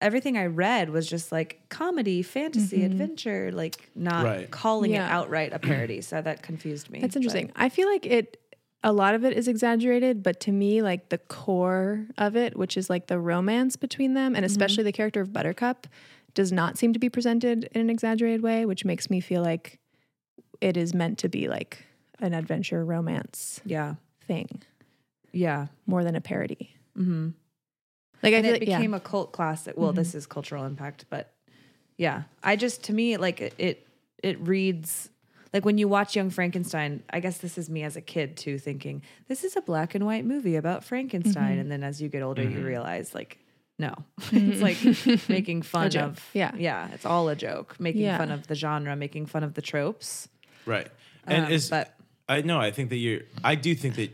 D: everything I read was just like comedy, fantasy, adventure, like not
C: Right.
D: calling it
B: Mm-hmm. Yeah.
D: outright a parody. So that confused me.
B: That's
D: but-
B: interesting. I feel like it a lot of it is exaggerated, but to me, like the core of it, which is like the romance between them
D: Mm-hmm.
B: and especially the character of Buttercup, does not seem to be presented in an exaggerated way, which makes me feel like it is meant to be like an adventure romance
D: yeah,
B: thing
D: yeah.
B: more than a parody.
D: hmm
B: Like I
D: and
B: feel
D: it
B: like- yeah. Mm-hmm.
D: became a cult classic. Well, this is cultural impact, but yeah, I just to me like it, it it reads like when you watch Young Frankenstein. I guess this is me as a kid too, thinking this is a black and white movie about Frankenstein,
B: Mm-hmm.
D: and then as you get older,
C: Mm-hmm.
D: you realize like no, it's like making fun
B: joke.
D: of
B: Yeah.
D: yeah, it's all a joke, making
B: Yeah.
D: fun of the genre, making fun of the tropes,
C: Right. And
D: Um,
C: is
D: but-
C: I know. I think that you're. I do think that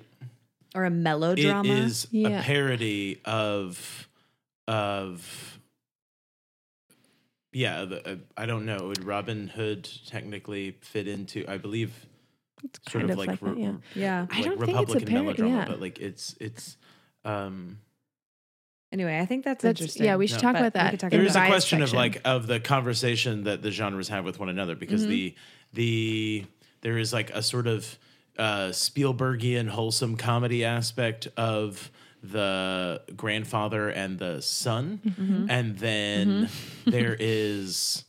D: or a
C: it is
D: melodrama.
B: Yeah.
C: a parody of of. Yeah, the, uh, I don't know. Would Robin Hood technically fit into? I believe sort
B: kind
C: of,
B: of
C: like,
B: like that,
C: re-
B: yeah.
D: yeah.
B: I
C: like
B: don't think it's a
C: Republican
B: parody,
C: melodrama,
B: yeah.
C: but like it's it's. um
D: Anyway, I think that's,
B: That's
D: interesting.
B: yeah, we should
C: No,
B: talk
D: but
B: about
D: we
B: that.
D: could talk
B: in
C: there
B: the
D: about
B: bias
C: is a question of
B: section.
C: like of the conversation that the genres have with one another because the the there is like a sort of uh, Spielbergian wholesome comedy aspect of the grandfather and the son,
B: Mm-hmm.
D: Mm-hmm.
C: and then there is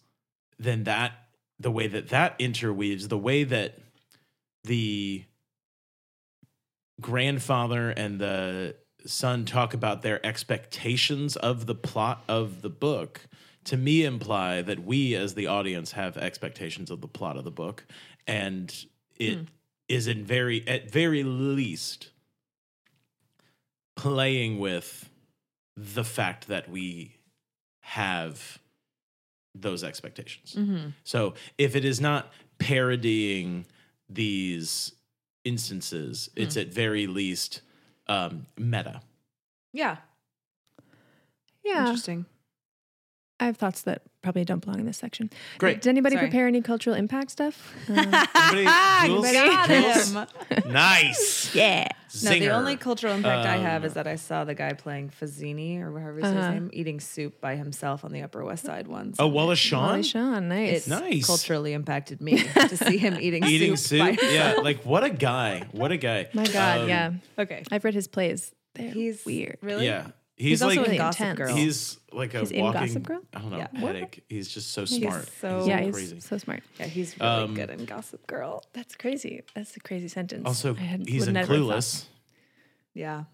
C: then that the way that that interweaves the way that the grandfather and the son talk about their expectations of the plot of the book to me imply that we as the audience have expectations of the plot of the book and it is in very at very least playing with the fact that we have those expectations
D: Hmm. Mm-hmm.
C: so if it is not parodying these instances, it's at very least um, meta.
D: Yeah,
B: yeah.
D: interesting.
B: I have thoughts that probably don't belong in this section.
C: Great.
B: Did anybody
D: Sorry.
B: prepare any cultural impact stuff? Uh,
C: Anybody-
D: Got
C: Jules?
D: him.
C: Jules? nice.
B: yeah.
D: No, the
C: Zinger.
D: only cultural impact I have
C: Um,
D: is that I saw the guy playing Fazzini or whatever his
B: Uh-huh.
D: name eating soup by himself on the Upper West Side once.
C: Oh, Wallace
B: Molly
C: Shawn?
B: Shawn, nice.
D: It's
C: Nice.
D: culturally impacted me to see him eating
C: Eating
D: soup.
C: soup?
D: by-
C: Yeah, like what a guy. What a guy.
B: My God,
C: Um,
B: yeah.
D: Okay.
B: I've read his plays. They're
D: He's
B: weird.
D: Really?
C: Yeah.
B: He's
C: He's,
B: also
C: like
B: in
D: Gossip
B: Gossip
D: Girl.
B: Girl.
C: he's like a
B: He's in
C: walking
B: Gossip Girl?
C: I don't know,
D: Yeah.
C: headache. He's just so smart.
D: so-
B: yeah, he's
C: crazy.
B: so smart.
D: Yeah, he's really
C: Um,
D: good in Gossip Girl.
B: That's crazy. That's a crazy sentence.
C: also
B: I had-
C: he's
B: would
C: in
B: never have thought.
C: Clueless.
D: Yeah.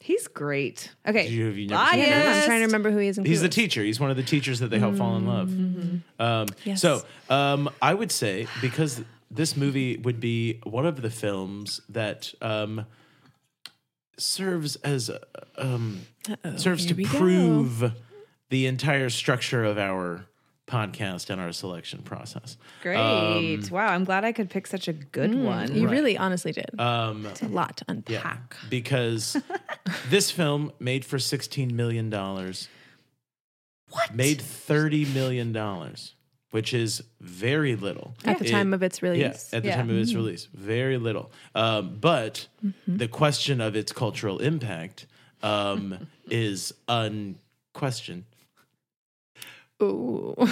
D: He's great. Okay.
C: Did you- have you never seen
B: Yeah, no, I'm
D: biased.
B: trying to remember who he is in
C: He's the
B: Clueless. Mm-hmm.
C: teacher. He's one of the teachers that they help fall in love. Um,
B: Yes.
C: So um, I would say because this movie would be one of the films that um, serves as uh, um, serves
B: Oh, here
C: to
B: we go.
C: prove the entire structure of our podcast and our selection process.
D: Great. wow. I'm glad I could pick such a good one.
B: Mm, You really honestly did.
C: Um,
B: it's a lot to
C: yeah,
B: unpack.
C: because this film made for sixteen million dollars. What made thirty million dollars, which is very little
B: At the
C: It-
B: time of its release. Mm-hmm.
C: Yes, at the
D: Yeah.
C: time of its release, very little. Um, but the question of its cultural impact um, is unquestioned.
B: Ooh.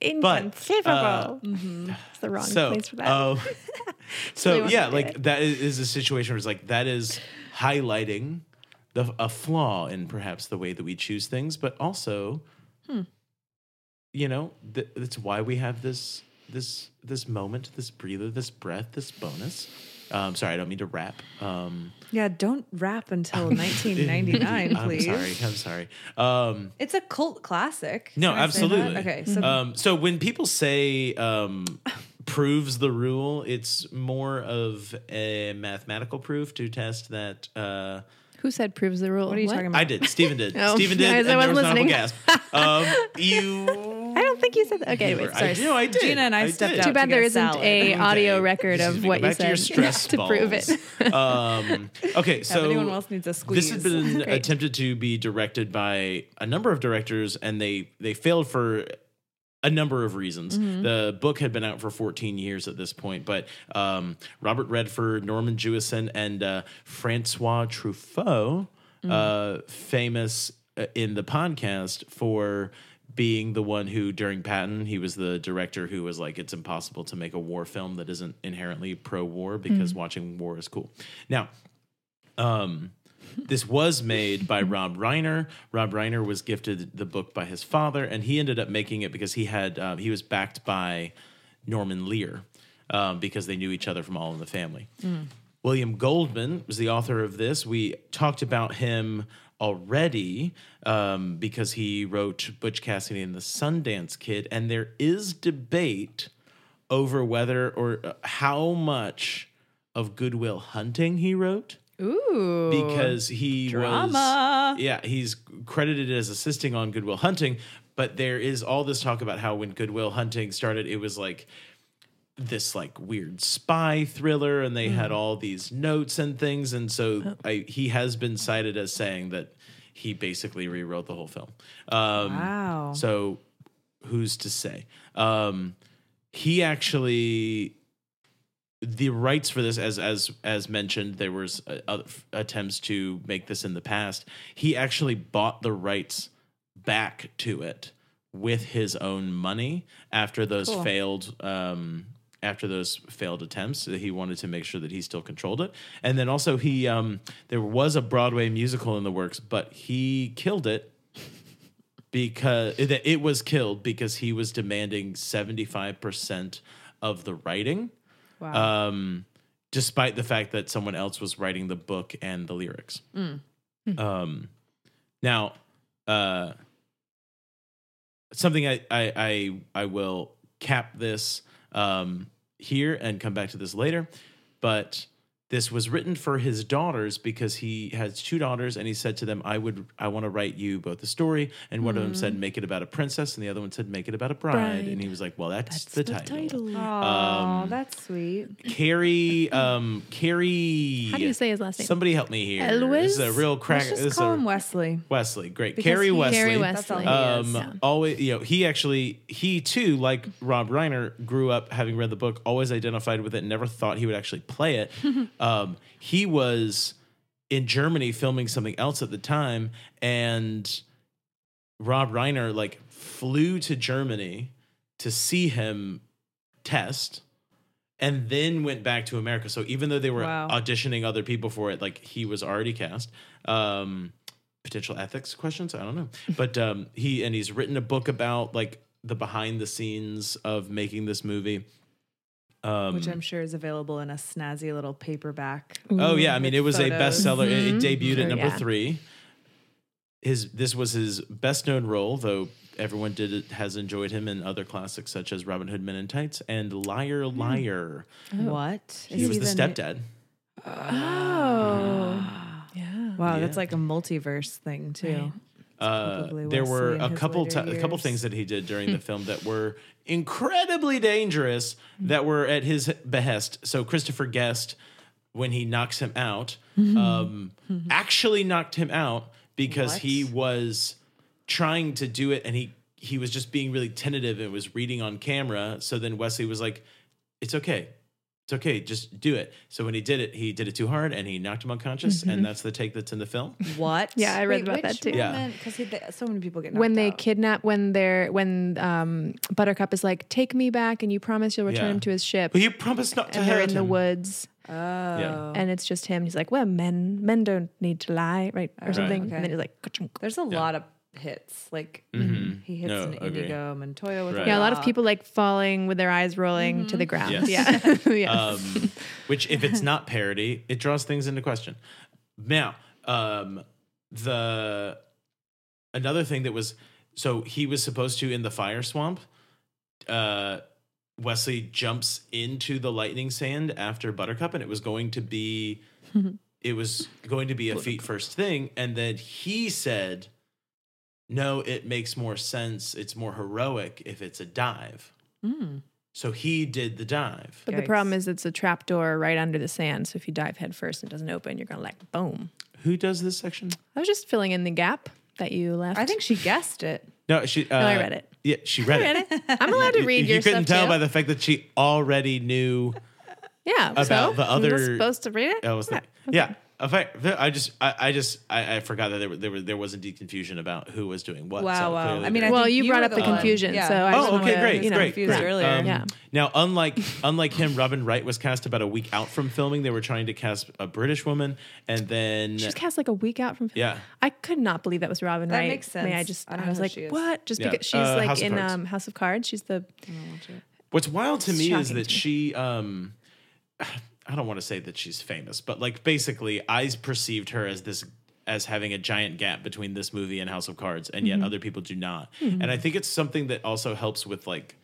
B: Inconceivable.
D: Mm-hmm.
B: It's the wrong
C: uh, So,
B: place for that.
C: um, so
B: wants
C: yeah,
B: to
C: like that is, is a situation where it's like that is highlighting the a flaw in perhaps the way that we choose things, but also,
B: Hmm.
C: you know, th- that's why we have this this this moment, this breather, this breath, this bonus. Um, sorry, I don't mean to rap. Um,
D: Yeah, don't rap until 1999,
C: I'm
D: please.
C: sorry. I'm sorry. Um,
D: It's a cult classic.
C: no,
D: Can I say that?
C: absolutely.
D: Okay,
B: Mm-hmm.
D: so
C: um, so when people say um, proves the rule, it's more of a mathematical proof to test that. Uh,
B: Who said proves the rule?
D: what are you talking about?
C: I did. Stephen did.
B: Oh,
C: Stephen did.
B: guys, I
C: and there
B: wasn't
C: was an
B: listening.
C: audible gasp. Um, you.
B: I don't think you said that. Okay,
C: You
B: wait,
C: were-
B: sorry.
C: I, no, I did.
D: Gina and I
C: did.
D: stepped
B: Too
D: out
B: bad
D: to
B: there
D: get a
B: isn't
D: salad.
B: a
D: Okay.
B: audio
C: Okay.
B: record
C: Just
B: of
C: go
B: what you
C: back to your
B: said
C: stress
B: to prove it.
C: balls. um, okay, so
D: anyone else needs a
C: This has
D: squeeze.
C: been
B: Great.
C: attempted to be directed by a number of directors, and they they failed for a number of reasons. The book had been out for 14 years at this point, but um, Robert Redford, Norman Jewison, and uh, Francois Truffaut, uh, famous uh, in the podcast for being the one who, during Patton, he was the director who was like, it's impossible to make a war film that isn't inherently pro war because watching war is cool. Now, um, this was made by Rob Reiner. Rob Reiner was gifted the book by his father, and he ended up making it because he had uh, he was backed by Norman Lear um, because they knew each other from All in the Family. William Goldman was the author of this. We talked about him already um, because he wrote Butch Cassidy and the Sundance Kid, and there is debate over whether or uh, how much of Goodwill Hunting he wrote
D: Ooh.
C: because he
D: Drama.
C: was yeah he's credited as assisting on goodwill hunting but there is all this talk about how when goodwill hunting started it was like this like weird spy thriller and they
D: Hmm.
C: had all these notes and things and so
D: Oh.
C: I, he has been cited as saying that he basically rewrote the whole film um,
D: Wow.
C: so who's to say um, he actually the rights for this as as as mentioned there was uh, other f- attempts to make this in the past he actually bought the rights back to it with his own money after those
D: Cool.
C: failed um after those failed attempts that he wanted to make sure that he still controlled it and then also he um there was a broadway musical in the works but he killed it because that it was killed because he was demanding 75% of the writing
D: Wow.
C: um, despite the fact that someone else was writing the book and the lyrics. Um, now, uh, something I, I I I will cap this um, here and come back to this later, but this was written for his daughters because he has two daughters and he said to them i would i want to write you both the story and one of them said make it about a princess and the other one said make it about a bride, and
B: Bride.
C: he was like well that's,
B: That's
C: the, title.
D: Aw,
C: um,
D: that's sweet.
C: Carrie, um, Carrie.
B: How do you say his last name?
C: Somebody help me here.
B: Elwes?
C: This is a real crack.
D: Let's
C: This
D: just
C: is
D: call him
C: a,
D: Wesley.
C: Wesley. Great.
D: Because
C: Carrie
D: he-
C: Wesley.
B: Carrie
D: That's all
B: Wesley.
D: he is.
C: Um,
B: Yeah.
C: always, you know, he actually, he too, like Rob Reiner, grew up having read the book, always identified with it, never thought he would actually play it. um, he was in Germany filming something else at the time, and Rob Reiner like flew to Germany to see him test. And then went back to America. So even though they were
D: Wow.
C: auditioning other people for it, like he was already cast. Um, potential ethics questions. I don't know, but um, he and he's written a book about like the behind the scenes of making this movie. Um,
D: which I'm sure is available in a snazzy little paperback.
C: oh yeah, I mean
D: with
C: it was a
D: photos. Mm-hmm.
C: bestseller. It, it debuted
B: Sure,
C: at number
B: yeah.
C: three. His this was his best known role, though everyone did it, has enjoyed him in other classics such as Robin Hood Men in Tights and Liar Liar.
D: What?
C: He
D: Hmm. Is
C: was the
D: new-
C: stepdad.
B: Oh. Yeah.
D: Wow,
C: Yeah.
D: that's like a multiverse thing too.
B: Right.
C: Uh,
D: probably
C: there
D: Wesley
C: were
D: in
C: a
D: his
C: couple ti
D: later
C: a couple
D: years. Hmm.
C: things that he did during the film that were incredibly dangerous that were at his behest. So Christopher Guest, when he knocks him out,
D: Mm-hmm.
C: um, actually knocked him out because
D: What?
C: he was trying to do it and he he was just being really tentative and was reading on camera. So then Wesley was like, "It's okay." It's okay, just do it. So when he did it, he did it too hard and he knocked him unconscious,
D: Mm-hmm.
C: and that's the take that's in the film.
D: What?
B: Yeah, I read about that, too.
C: Yeah.
D: Because so many people get
B: When
D: knocked
B: they
D: out.
B: kidnap, when they're when um, Buttercup is like, "Take me back," and you promise you'll return
C: Yeah.
B: him to his ship,
C: But he promised not to Oh.
B: and they're
C: hurt
B: in the
C: him.
B: woods,
D: Oh.
C: Yeah.
B: and it's just him. He's like, "Well, men men don't need to lie, right?" Or something.
D: okay.
B: And then he's like, "Ka-chunk."
D: There's a lot of hits. Like he hits
C: Mm-hmm. No,
D: an
C: agree.
D: Indigo Montoya with
C: Right.
B: Yeah, a lot
D: rock.
B: of people like falling with their eyes rolling to
D: Mm-hmm.
B: the ground.
C: Yes.
B: Yeah. yes.
C: um, which if it's not parody, it draws things into question. Now, um, the another thing that was so he was supposed to in the fire swamp. Uh, Wesley jumps into the lightning sand after Buttercup, and it was going to be it was going to be a feet first thing, and then he said. No, it makes more sense. It's more heroic if it's a dive.
D: Mm.
C: So he did the dive.
B: but the
D: Yikes.
B: problem is it's a trap door right under the sand. So if you dive head first and it doesn't open, you're going to like boom.
C: Who does this section?
B: I was just filling in the gap that you left.
D: I think she guessed it.
C: No, she. Uh,
B: I read it.
C: Yeah, she read,
B: I
C: it.
B: read it. I'm allowed to
C: If-
B: read
C: if
B: your
C: you couldn't
B: stuff
C: tell
B: too.
C: by the fact that she already knew
B: yeah.
C: about
B: so
C: the
B: I'm
C: other-
B: just supposed to read it.
C: I was like, yeah. If I, I just, I, I just, I, I forgot that there, were, there, were, there wasn't de confusion about who was doing what.
D: Wow,
C: so
D: wow.
C: clearly
D: I mean,
C: there-
D: I
B: well,
D: think
B: you,
D: you
B: brought
D: were
B: up
D: the
B: the,
D: one.
B: confusion,
D: Yeah.
B: so
D: Oh,
B: I just wanna,
C: okay, great,
B: you know,
C: great,
D: confused
C: great.
D: earlier.
C: Um,
B: Yeah.
C: Now, unlike unlike him, Robin Wright was cast about a week out from filming. They were trying to cast a British woman, and then
B: She was cast like a week out from. film.
C: Yeah.
B: I could not believe that was Robin
D: That
B: Wright.
D: makes
B: May I
D: sense.
B: just?
D: I
B: I,
D: don't know
B: was
D: who
B: like,
D: she is.
B: what? Just
C: Yeah.
B: because she's
C: Uh,
B: like
C: House of
B: in
C: Cards.
B: um, House of Cards, she's the.
C: What's wild to
B: It's
C: me is
B: shocking
C: that
B: to me.
C: she um I don't want to say that she's famous, but like basically I perceived her as this as having a giant gap between this movie and House of Cards and
B: Mm-hmm.
C: yet other people do not. And I think it's something that also helps with like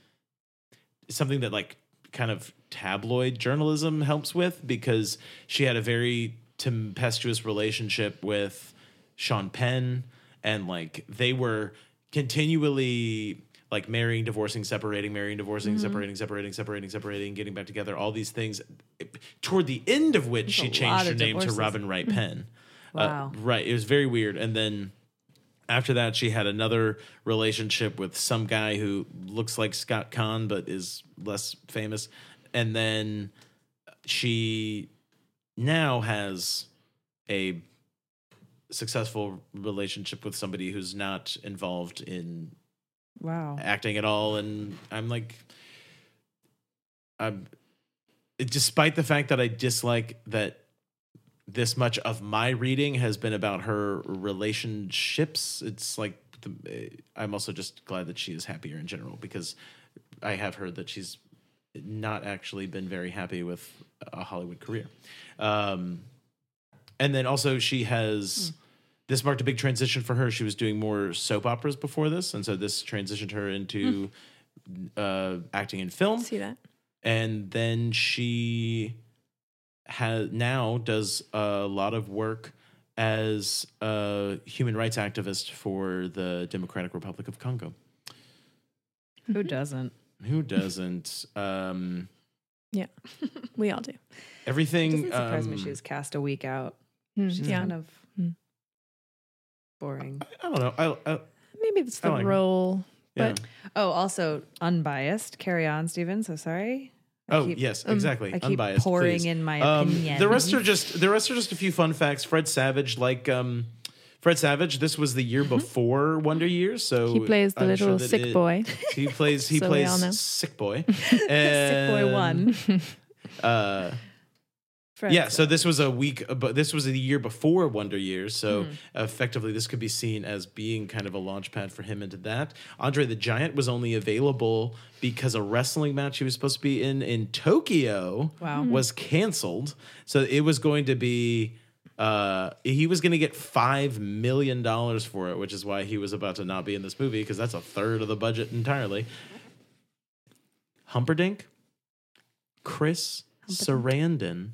C: something that like kind of tabloid journalism helps with because she had a very tempestuous relationship with Sean Penn and like they were continually like marrying, divorcing, separating, marrying, divorcing,
D: Mm-hmm.
C: separating, separating, separating, separating, getting back together, all these things eh, toward the end of which she
D: a
C: changed
D: lot
C: her
D: of
C: name
D: divorces.
C: to Robin Wright Penn. Uh,
D: Wow.
C: right. It was very weird. And then after that, she had another relationship with some guy who looks like Scott Kahn but is less famous. And then she now has a successful relationship with somebody who's not involved in
D: Wow.
C: acting at all. And I'm like, I'm, despite the fact that I dislike that this much of my reading has been about her relationships, it's like, the, eh, I'm also just glad that she is happier in general because I have heard that she's not actually been very happy with a Hollywood career. Um, and then also she has
D: Hmm.
C: this marked a big transition for her. She was doing more soap operas before this, and so this transitioned her into
D: Hmm.
C: uh, acting in film.
B: See that?
C: And then she has now does a lot of work as a human rights activist for the Democratic Republic of Congo.
D: Who doesn't?
C: Who doesn't? Um,
B: Yeah, we all do.
D: It
C: everything.
D: doesn't surprise me
C: um,
D: she was cast a week out.
B: Mm,
D: She's
B: yeah,
D: kind of
B: Mm.
D: boring.
C: I don't know. I, I,
B: maybe it's
C: I
B: the
C: like her.
B: role.
C: yeah.
B: But
D: Oh, also unbiased. Carry on, Steven. So sorry. I
C: Oh
D: keep-
C: yes,
B: um,
C: exactly.
D: I keep
C: Unbiased,
D: pouring
C: please. Um,
D: in my opinion.
C: The rest are just the rest are just a few fun facts. Fred Savage, like um, Fred Savage, this was the year before Wonder Years, so
B: Mm-hmm. He plays the
C: Oh, I'm sure
B: little
C: that
B: sick
C: it-
B: boy.
C: He plays he
B: So we all know.
C: plays sick boy.
D: Sick boy
C: And,
D: one.
C: Uh,
D: Fred
C: yeah, so
D: said.
C: this was a week, uh, but this was the year before Wonder Years, so effectively this could be seen as being kind of a launch pad for him into that. Andre the Giant was only available because a wrestling match he was supposed to be in in Tokyo
D: Wow.
C: was canceled, so it was going to be. Uh, he was going to get five million dollars for it, which is why he was about to not be in this movie because that's a third of the budget entirely. Humperdinck, Chris Sarandon,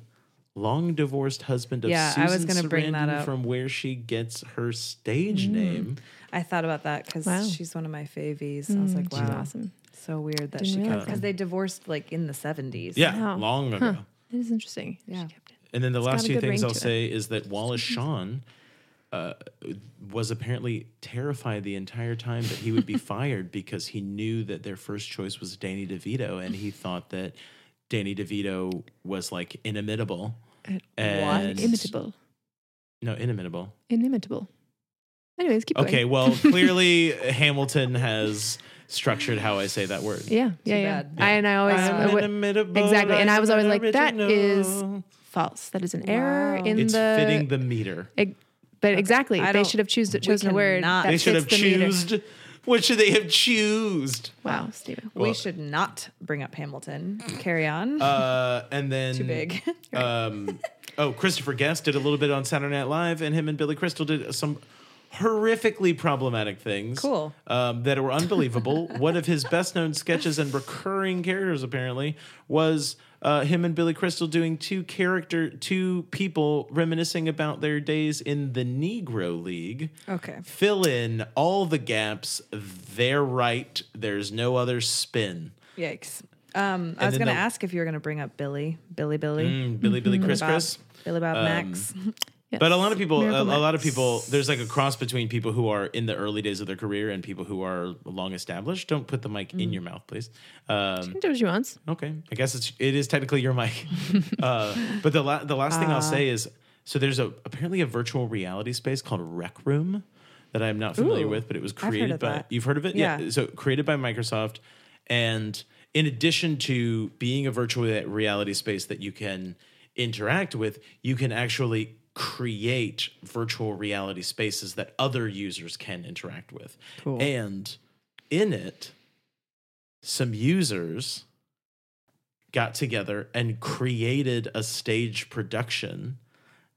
C: long divorced husband of
D: Yeah, I
C: Susan
D: was gonna
C: Sarandon
D: bring that up. Mm.
C: from where she gets her stage name.
D: I thought about that because
B: Wow.
D: she's one of my favies. I was Mm. like, wow,
B: Hmm. She's awesome.
D: so weird that
B: Didn't
D: she
B: realize
D: because they divorced like in the seventies.
C: Yeah,
B: Wow.
C: long ago.
B: It is interesting. She
D: Yeah.
B: kept it.
C: And then the
B: got
C: last
B: a
C: two
B: good
C: things
B: ring
C: I'll
B: to it.
C: say is that Wallace Shawn uh, was apparently terrified the entire time that he would be fired because he knew that their first choice was Danny DeVito, and he thought that Danny DeVito was like inimitable. And-
B: Imitable.
C: No, inimitable.
B: Inimitable. Anyways, keep
C: Okay,
B: going.
C: well, clearly Hamilton has structured how I say that word.
B: Yeah, yeah, yeah.
D: bad.
B: I, and I always
C: I'm
B: I would-
C: inimitable,
B: exactly, and I was
C: I'm
B: always like, that is
C: original.
B: false. That is an error
D: Wow.
B: in
C: it's
B: the.
C: fitting the meter.
B: Eg- But exactly,
D: I
B: they
D: don't-
B: should have choose, chosen a
D: cannot-
B: word. that
C: They should
B: fits
C: have
B: the meter.
C: choosed. What should they have choosed?
B: Wow, Stephen.
C: Well-
D: we should not bring up Hamilton. Carry on.
C: Uh, and then
D: Too big.
C: um, oh, Christopher Guest did a little bit on Saturday Night Live, and him and Billy Crystal did some horrifically problematic things.
D: Cool.
C: Um, that were unbelievable. One of his best known sketches and recurring characters, apparently, was uh, him and Billy Crystal doing two character, two people reminiscing about their days in the Negro League.
D: Okay.
C: Fill in all the gaps. They're right. There's no other spin.
D: Yikes. Um, I
C: And
D: was
C: then
D: going to
C: the-
D: ask if you were going to bring up Billy, Billy, Billy,
C: Mm, Billy, Billy, Chris,
D: Mm-hmm. Bob,
C: Chris. Um,
D: Billy Bob Max.
B: Yes.
C: But a lot of people, a,
B: Miracle
C: a lot of
B: Max.
C: people, there's like a cross between people who are in the early days of their career and people who are long established. Don't put the mic
D: Mm.
C: in your mouth, please. Um,
B: Can do what you want.
C: okay, I guess it's it is technically your mic. uh, but the la- the last thing I'll
D: Uh.
C: say is so there's a apparently a virtual reality space called Rec Room that I'm not familiar
D: Ooh,
C: with, but it was
D: I've heard
C: created
D: of
C: by
D: that.
C: you've heard of it,
D: Yeah.
C: So created by Microsoft, and in addition to being a virtual reality space that you can interact with, you can actually create virtual reality spaces that other users can interact with,
D: Cool.
C: and in it, some users got together and created a stage production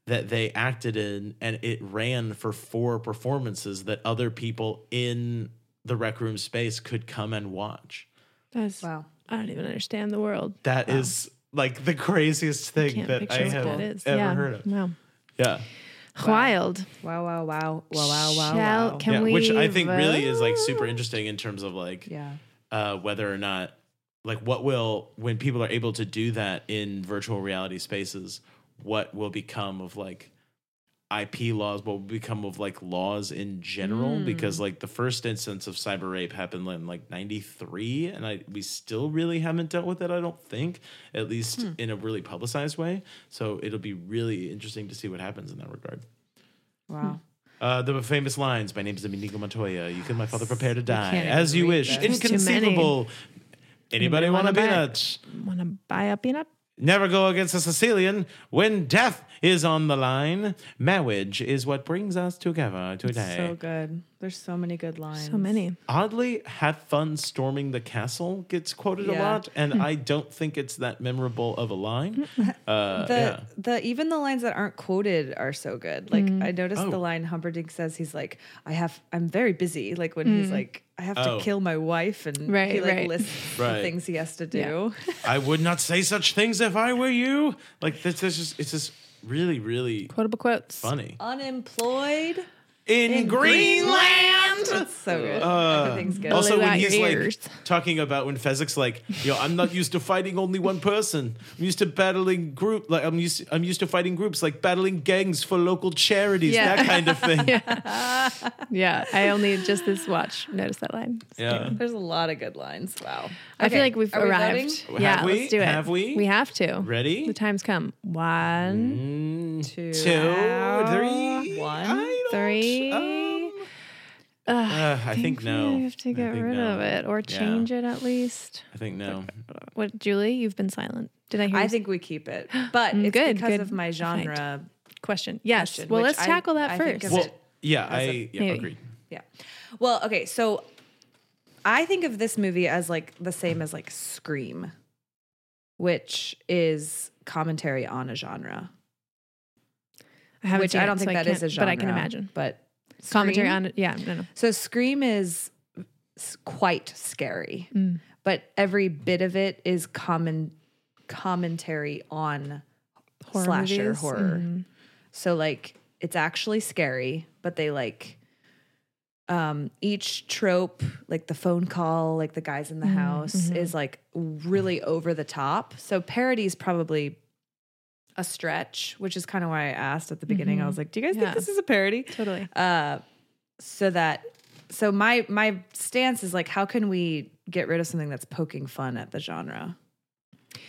C: that they acted in and it ran for four performances that other people in the rec room space could come and watch.
B: That's,
D: Wow.
B: I don't even understand the world.
C: That is like the craziest thing
B: Can't
C: that I
B: picture what
C: have
B: that is.
C: ever
B: yeah.
C: heard of.
B: Wow.
C: Yeah.
B: Wild.
D: Wow, wow, wow, wow, wow, wow.
B: Shall-
D: wow.
B: can-
C: yeah. Which I think
B: we
C: really is like super interesting in terms of like
D: yeah.
C: uh, whether or not like what will when people are able to do that in virtual reality spaces, what will become of like IP laws, what will become of like laws in general? Because like the first instance of cyber rape happened in like '93, and I we still really haven't dealt with it. I don't think, at least in a really publicized way. So it'll be really interesting to see what happens in that regard.
D: Wow.
C: Uh, the famous lines. My name is Inigo Montoya. You killed my father. Prepare to die
D: can't
C: as
D: even
C: you
D: read
C: wish.
D: those.
B: There's too many.
C: Inconceivable. Anybody
B: Anybody
C: want to
B: wanna
C: be
B: buy
C: that?
B: Want to buy a peanut?
C: Never go against a Sicilian when death is on the line. Marriage is what brings us together today.
D: So good. There's so many good lines.
B: So many.
C: Oddly, have fun storming the castle gets quoted a
D: Yeah. Hmm.
C: lot, and I don't think it's that memorable of a line. Uh,
D: The
C: yeah.
D: the even the lines that aren't quoted are so good. Like
B: Mm.
D: I noticed the
C: Oh.
D: line Humperdinck says he's like I have I'm very busy. Like when he's like I have
C: Oh.
D: to kill my wife and
B: Mm. Right,
D: he like
B: right.
D: lists
C: Right.
D: the things he has to
B: Yeah.
D: do.
C: I would not say such things if I were you. Like this, this is it's just really, really
B: Quotable quotes.
C: funny.
D: Unemployed.
C: In, Greenland.
D: That's so good. Everything's good.
C: Uh, Also,
B: Blew
C: when
B: out your
C: he's like
B: ears.
C: talking about when Fezzik's like, yo, I'm not used to fighting only one person. I'm used to battling group, like I'm used, I'm used to fighting groups, like battling gangs for local charities,
B: Yeah.
C: that kind of thing. yeah.
B: Yeah. I only just this watch noticed that line.
D: There's a lot of good lines. Wow.
B: I feel
D: Okay,
B: like we've
D: are we voting?
B: arrived.
C: voting?
B: yeah,
C: Have we?
B: let's do it.
C: Have we?
B: We have to.
C: Ready?
B: The time's come. One,
C: Mm,
D: Two,
C: two, three,
D: one,
C: I don't-
B: uh, three.
C: um,
B: Ugh,
C: uh, I think no.
B: We have to
C: I
B: get
C: think
B: rid
C: no.
B: of it or
C: Yeah.
B: change it at least.
C: I think no.
B: What, Julie? You've been silent. Did I hear?
D: I
B: you
D: think we keep it, but it's
B: Mm, Good,
D: because
B: good
D: of my
B: find.
D: genre.
B: s- question. Yes.
D: Question,
B: well,
D: which
B: let's
D: I-
B: tackle that
D: I think
B: first.
D: of
C: Well,
D: it
C: yeah, I yeah,
B: maybe.
C: agreed.
D: Yeah. Well, okay, so I think of this movie as like the same as like Scream, which is commentary on a genre.
B: I haven't
D: which
B: seen
D: I
B: it,
D: don't
B: so
D: think that
B: can't-
D: is a genre,
B: but I can imagine.
D: But
B: Commentary
D: Scream-
B: on it. Yeah. No. No.
D: So Scream is s- quite scary,
B: Mm.
D: but every bit of it is common commentary on slasher
B: movies?
D: horror.
B: Mhm.
D: So like it's actually scary, but they like um each trope, like the phone call, like the guys in the house is like really over the top. So parody is probably a stretch, which is kind of why I asked at the beginning. I was like, "Do you guys
B: Yeah.
D: think this is a parody?"
B: Totally.
D: Uh so that so my my stance is like how can we get rid of something that's poking fun at the genre?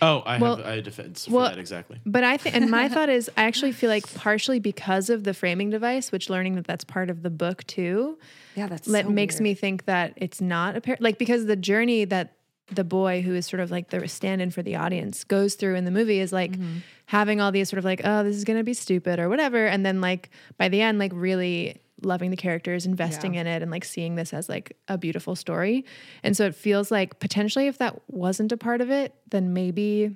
C: Oh, I
B: Well-
C: have I have defense for
B: well-
C: that exactly.
B: But I think, and my thought is, I actually feel like partially because of the framing device, which learning that that's part of the book too,
D: Yeah, that's
B: that makes me think that it's not a par- like because the journey that the boy who is sort of like the stand-in for the audience goes through in the movie is like having all these sort of like oh this is going to be stupid or whatever and then like by the end like really loving the characters investing in it and like seeing this as like a beautiful story and so it feels like potentially if that wasn't a part of it then maybe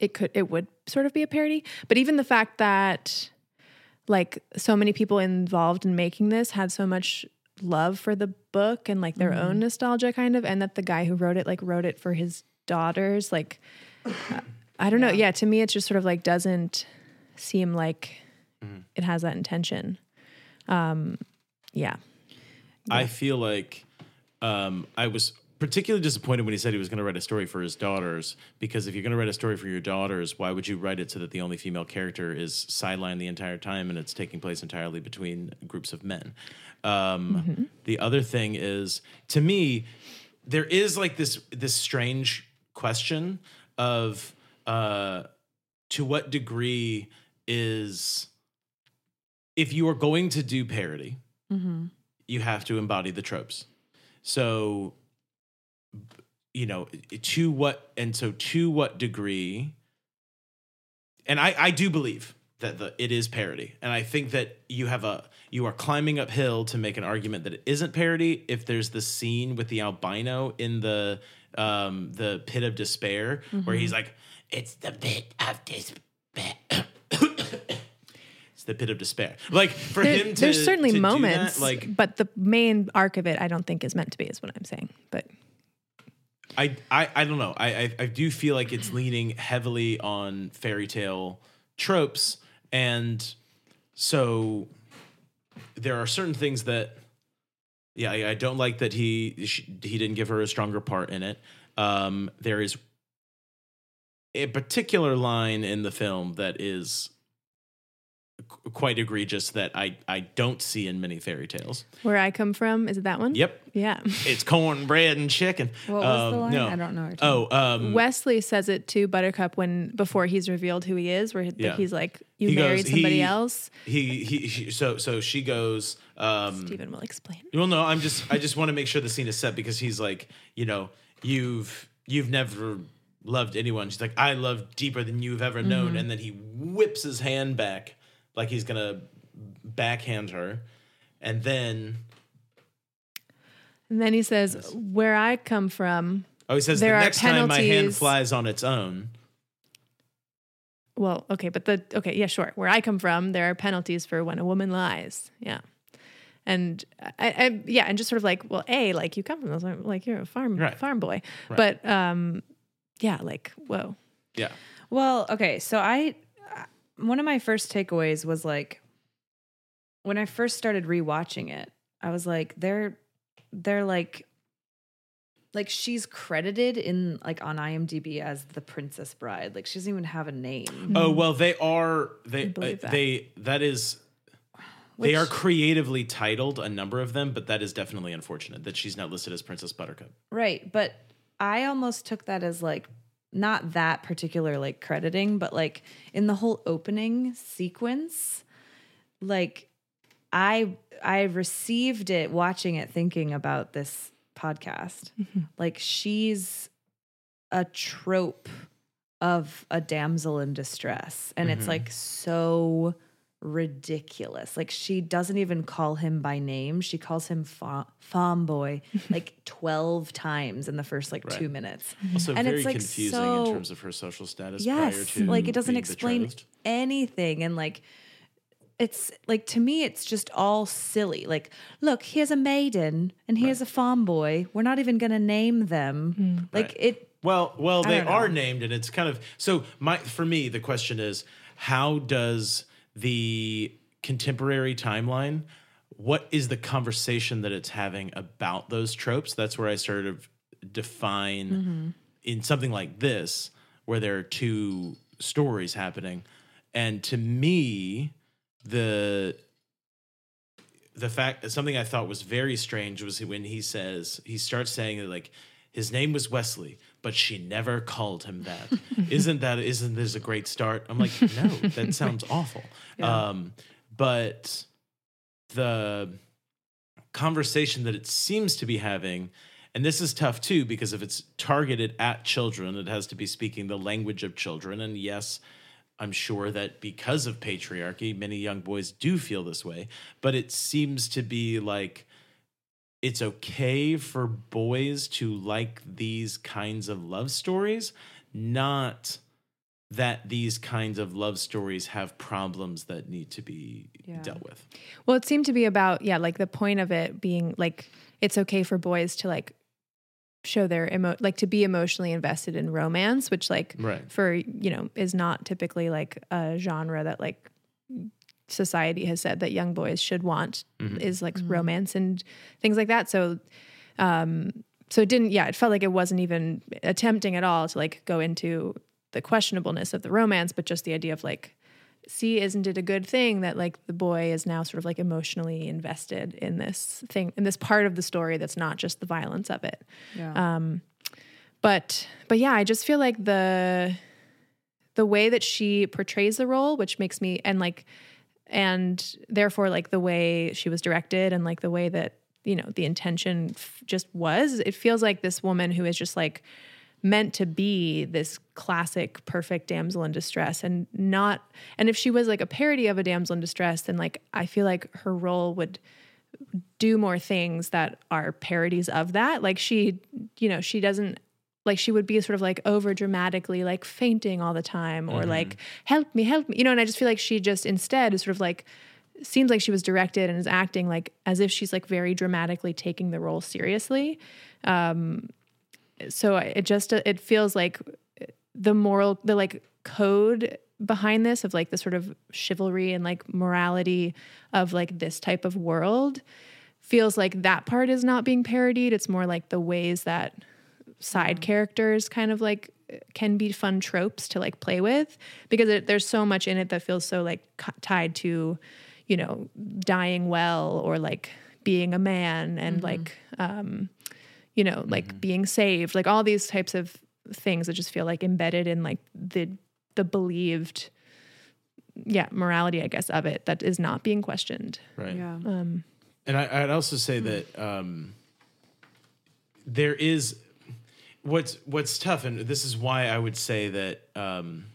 B: it could it would sort of be a parody but even the fact that like so many people involved in making this had so much love for the book and like their own nostalgia kind of and that the guy who wrote it like wrote it for his daughters like uh, i don't know yeah to me it just sort of like doesn't seem like
C: Mm-hmm.
B: it has that intention um yeah
C: I feel like um, I was particularly disappointed when he said he was going to write a story for his daughters because if you're going to write a story for your daughters, why would you write it so that the only female character is sidelined the entire time and it's taking place entirely between groups of men? Um, The other thing is, to me, there is like this this strange question of uh, to what degree is if you are going to do parody you have to embody the tropes. So, b- you know, to what and so to what degree? And I I do believe that the it is parody, and I think that you have a you are climbing uphill to make an argument that it isn't parody if there's the scene with the albino in the um the pit of despair where
B: Mm-hmm.
C: he's like, it's the pit of despair. It's the pit of despair. Like for
B: There-
C: him to
B: there's certainly
C: to do that,
B: moments
C: like
B: but the main arc of it i don't think is meant to be is what i'm saying but
C: I, I, I don't know. I, I, I do feel like it's leaning heavily on fairy tale tropes. And so there are certain things that, yeah, I, I don't like that he, sh he didn't give her a stronger part in it. Um, there is a particular line in the film that is qu- quite egregious that I, I don't see in many fairy tales.
B: where i come from is it that one
C: Yep.
B: yeah
C: It's cornbread and chicken.
D: What was the
C: Um,
D: line?
C: no.
D: I don't know. what you're
C: Oh, um,
B: Wesley says it to Buttercup when before he's revealed who he is, where he-
C: Yeah.
B: he's like, "You
C: He goes,
B: married somebody
C: he-
B: else."
C: he he she, so so she goes um
B: Stephen will explain.
C: well no i'm just i just want to make sure the scene is set because he's like you know you've you've never loved anyone she's like i love deeper than you've ever
B: Mm-hmm.
C: known and then he whips his hand back like he's gonna backhand her and then
B: And then he says, "Where I come from."
C: oh he says
B: There
C: the
B: are
C: next time my hand
B: penalties.
C: flies on its own
B: Well, okay, but the okay, yeah, sure. Where I come from, there are penalties for when a woman lies. Yeah. And I, I yeah, and just sort of like, well, a like you come from those, like you're a farm
C: Right.
B: farm boy, but um, yeah, like whoa,
C: yeah
D: Well, okay. So I, uh, one of my first takeaways was like, when I first started rewatching it, I was like, they're, they're like, like she's credited in like on IMDb as the Princess Bride. Like she doesn't even have a name.
C: oh well they are they uh,
B: believe that.
C: they that is they are creatively titled a number of them, but that is definitely unfortunate that she's not listed as Princess Buttercup.
D: Right, but I almost took that as like not that particular like crediting, but like in the whole opening sequence, like I I received it watching it thinking about this podcast. Like she's a trope of a damsel in distress and it's like so ridiculous. Like she doesn't even call him by name. She calls him fa- Fomboy like 12 times in the first like 2 minutes.
C: Also,
D: And
C: very
D: it's, like,
C: confusing in
D: so-
C: terms of her social status. prior
D: Yes,
C: to
D: like it doesn't
C: being
D: explain
C: betrothed.
D: anything and like it's like to me it's just all silly. Like look, here's a maiden and here's a Fomboy. We're not even going to name
C: Hmm.
D: them. Like
C: Right.
D: it
C: Well, well, they
D: don't know.
C: are named, and it's kind of so. My for me, the question is, how does the contemporary timeline? What is the conversation that it's having about those tropes? That's where I sort of define
D: Mm-hmm.
C: in something like this, where there are two stories happening, and to me, the the fact something I thought was very strange was when he says he starts saying that like his name was Wesley, but she never called him that. isn't that isn't this a great start? I'm like, no, that sounds awful. Um, but the conversation that it seems to be having And this is tough too because if it's targeted at children, it has to be speaking the language of children. And yes, I'm sure that because of patriarchy, many young boys do feel this way, but it seems to be like it's okay for boys to like these kinds of love stories, not that these kinds of love stories have problems that need to be
D: Yeah.
C: dealt with.
B: Well, it seemed to be about yeah, like the point of it being like it's okay for boys to like show their emo like to be emotionally invested in romance, which like
C: Right.
B: for you know is not typically like a genre that like society has said that young boys should want is like romance and things like that. So, um, so it didn't. Yeah, it felt like it wasn't even attempting at all to like go into the questionableness of the romance, but just the idea of like see isn't it a good thing that like the boy is now sort of like emotionally invested in this thing in this part of the story that's not just the violence of it Um,
D: Yeah.
B: but but yeah i just feel like the the way that she portrays the role which makes me and like and therefore like the way she was directed and like the way that you know the intention f- just was it feels like this woman who is just like meant to be this classic perfect damsel in distress and not and if she was like a parody of a damsel in distress then like i feel like her role would do more things that are parodies of that. Like she, you know, she doesn't like she would be sort of like over dramatically like fainting all the time or like help me, help me, you know. And I just feel like she just instead is sort of like seems like she was directed and is acting like as if she's like very dramatically taking the role seriously. Um, so I- it just it feels like the moral the like code behind this of like the sort of chivalry and like morality of like this type of world feels like that part is not being parodied it's more like the ways that side characters kind of like can be fun tropes to like play with because it, there's so much in it that feels so like c- tied to you know dying well or like being a man and like um you know like being saved like all these types of things that just feel like embedded in like the the believed yeah morality i guess of it that is not being questioned
C: Right.
D: yeah.
C: And I, I'd also
D: Hmm.
C: say that um, there is what's what's tough, and this is why I would say that um,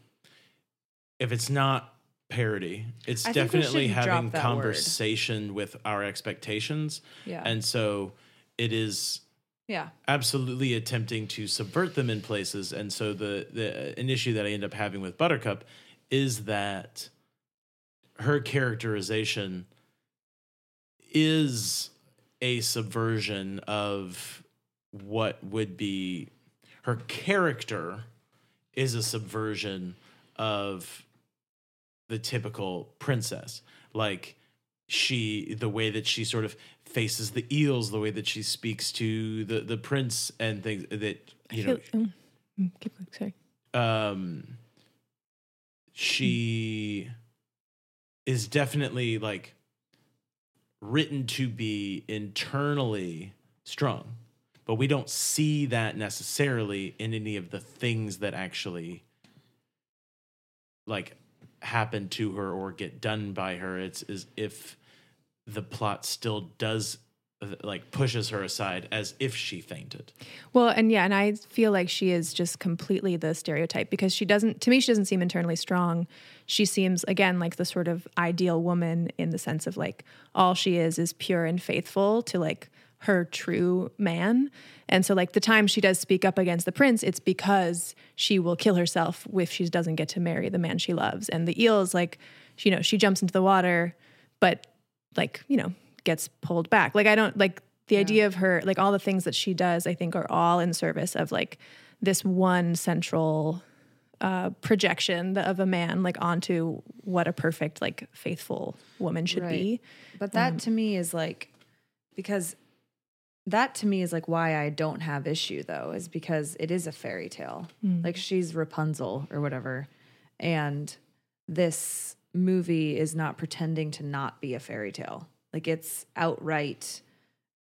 C: if it's not parody, it's
D: I think we
C: definitely
D: should drop
C: having
D: that word.
C: conversation with our expectations,
D: Yeah.
C: and so it is
D: yeah.
C: absolutely attempting to subvert them in places. And so the the uh, an issue that I end up having with Buttercup is that her characterization is a subversion of what would be her character is a subversion of the typical princess like she the way that she sort of faces the eels the way that she speaks to the the prince and things that you know
B: oh, mm, keep going sorry
C: um she is definitely like written to be internally strong but we don't see that necessarily in any of the things that actually like happen to her or get done by her it's as if the plot still does uh, like pushes her aside as if she fainted
B: Well, and yeah, and I feel like she is just completely the stereotype because she doesn't, to me, she doesn't seem internally strong. She seems, again, like the sort of ideal woman in the sense of like all she is is pure and faithful to like her true man. And so, like, the time she does speak up against the prince, it's because she will kill herself if she doesn't get to marry the man she loves. And the eels, like, you know, she jumps into the water, but like you know gets pulled back like i don't like the idea of her like all the things that she does i think are all in service of like this one central uh, projection of a man like onto what a perfect like faithful woman should be
D: But that to me is like because that to me is like why I don't have issue though is because it is a fairy tale.
B: Mm-hmm. Hmm.
D: Like she's Rapunzel or whatever and this movie is not pretending to not be a fairy tale. Like it's outright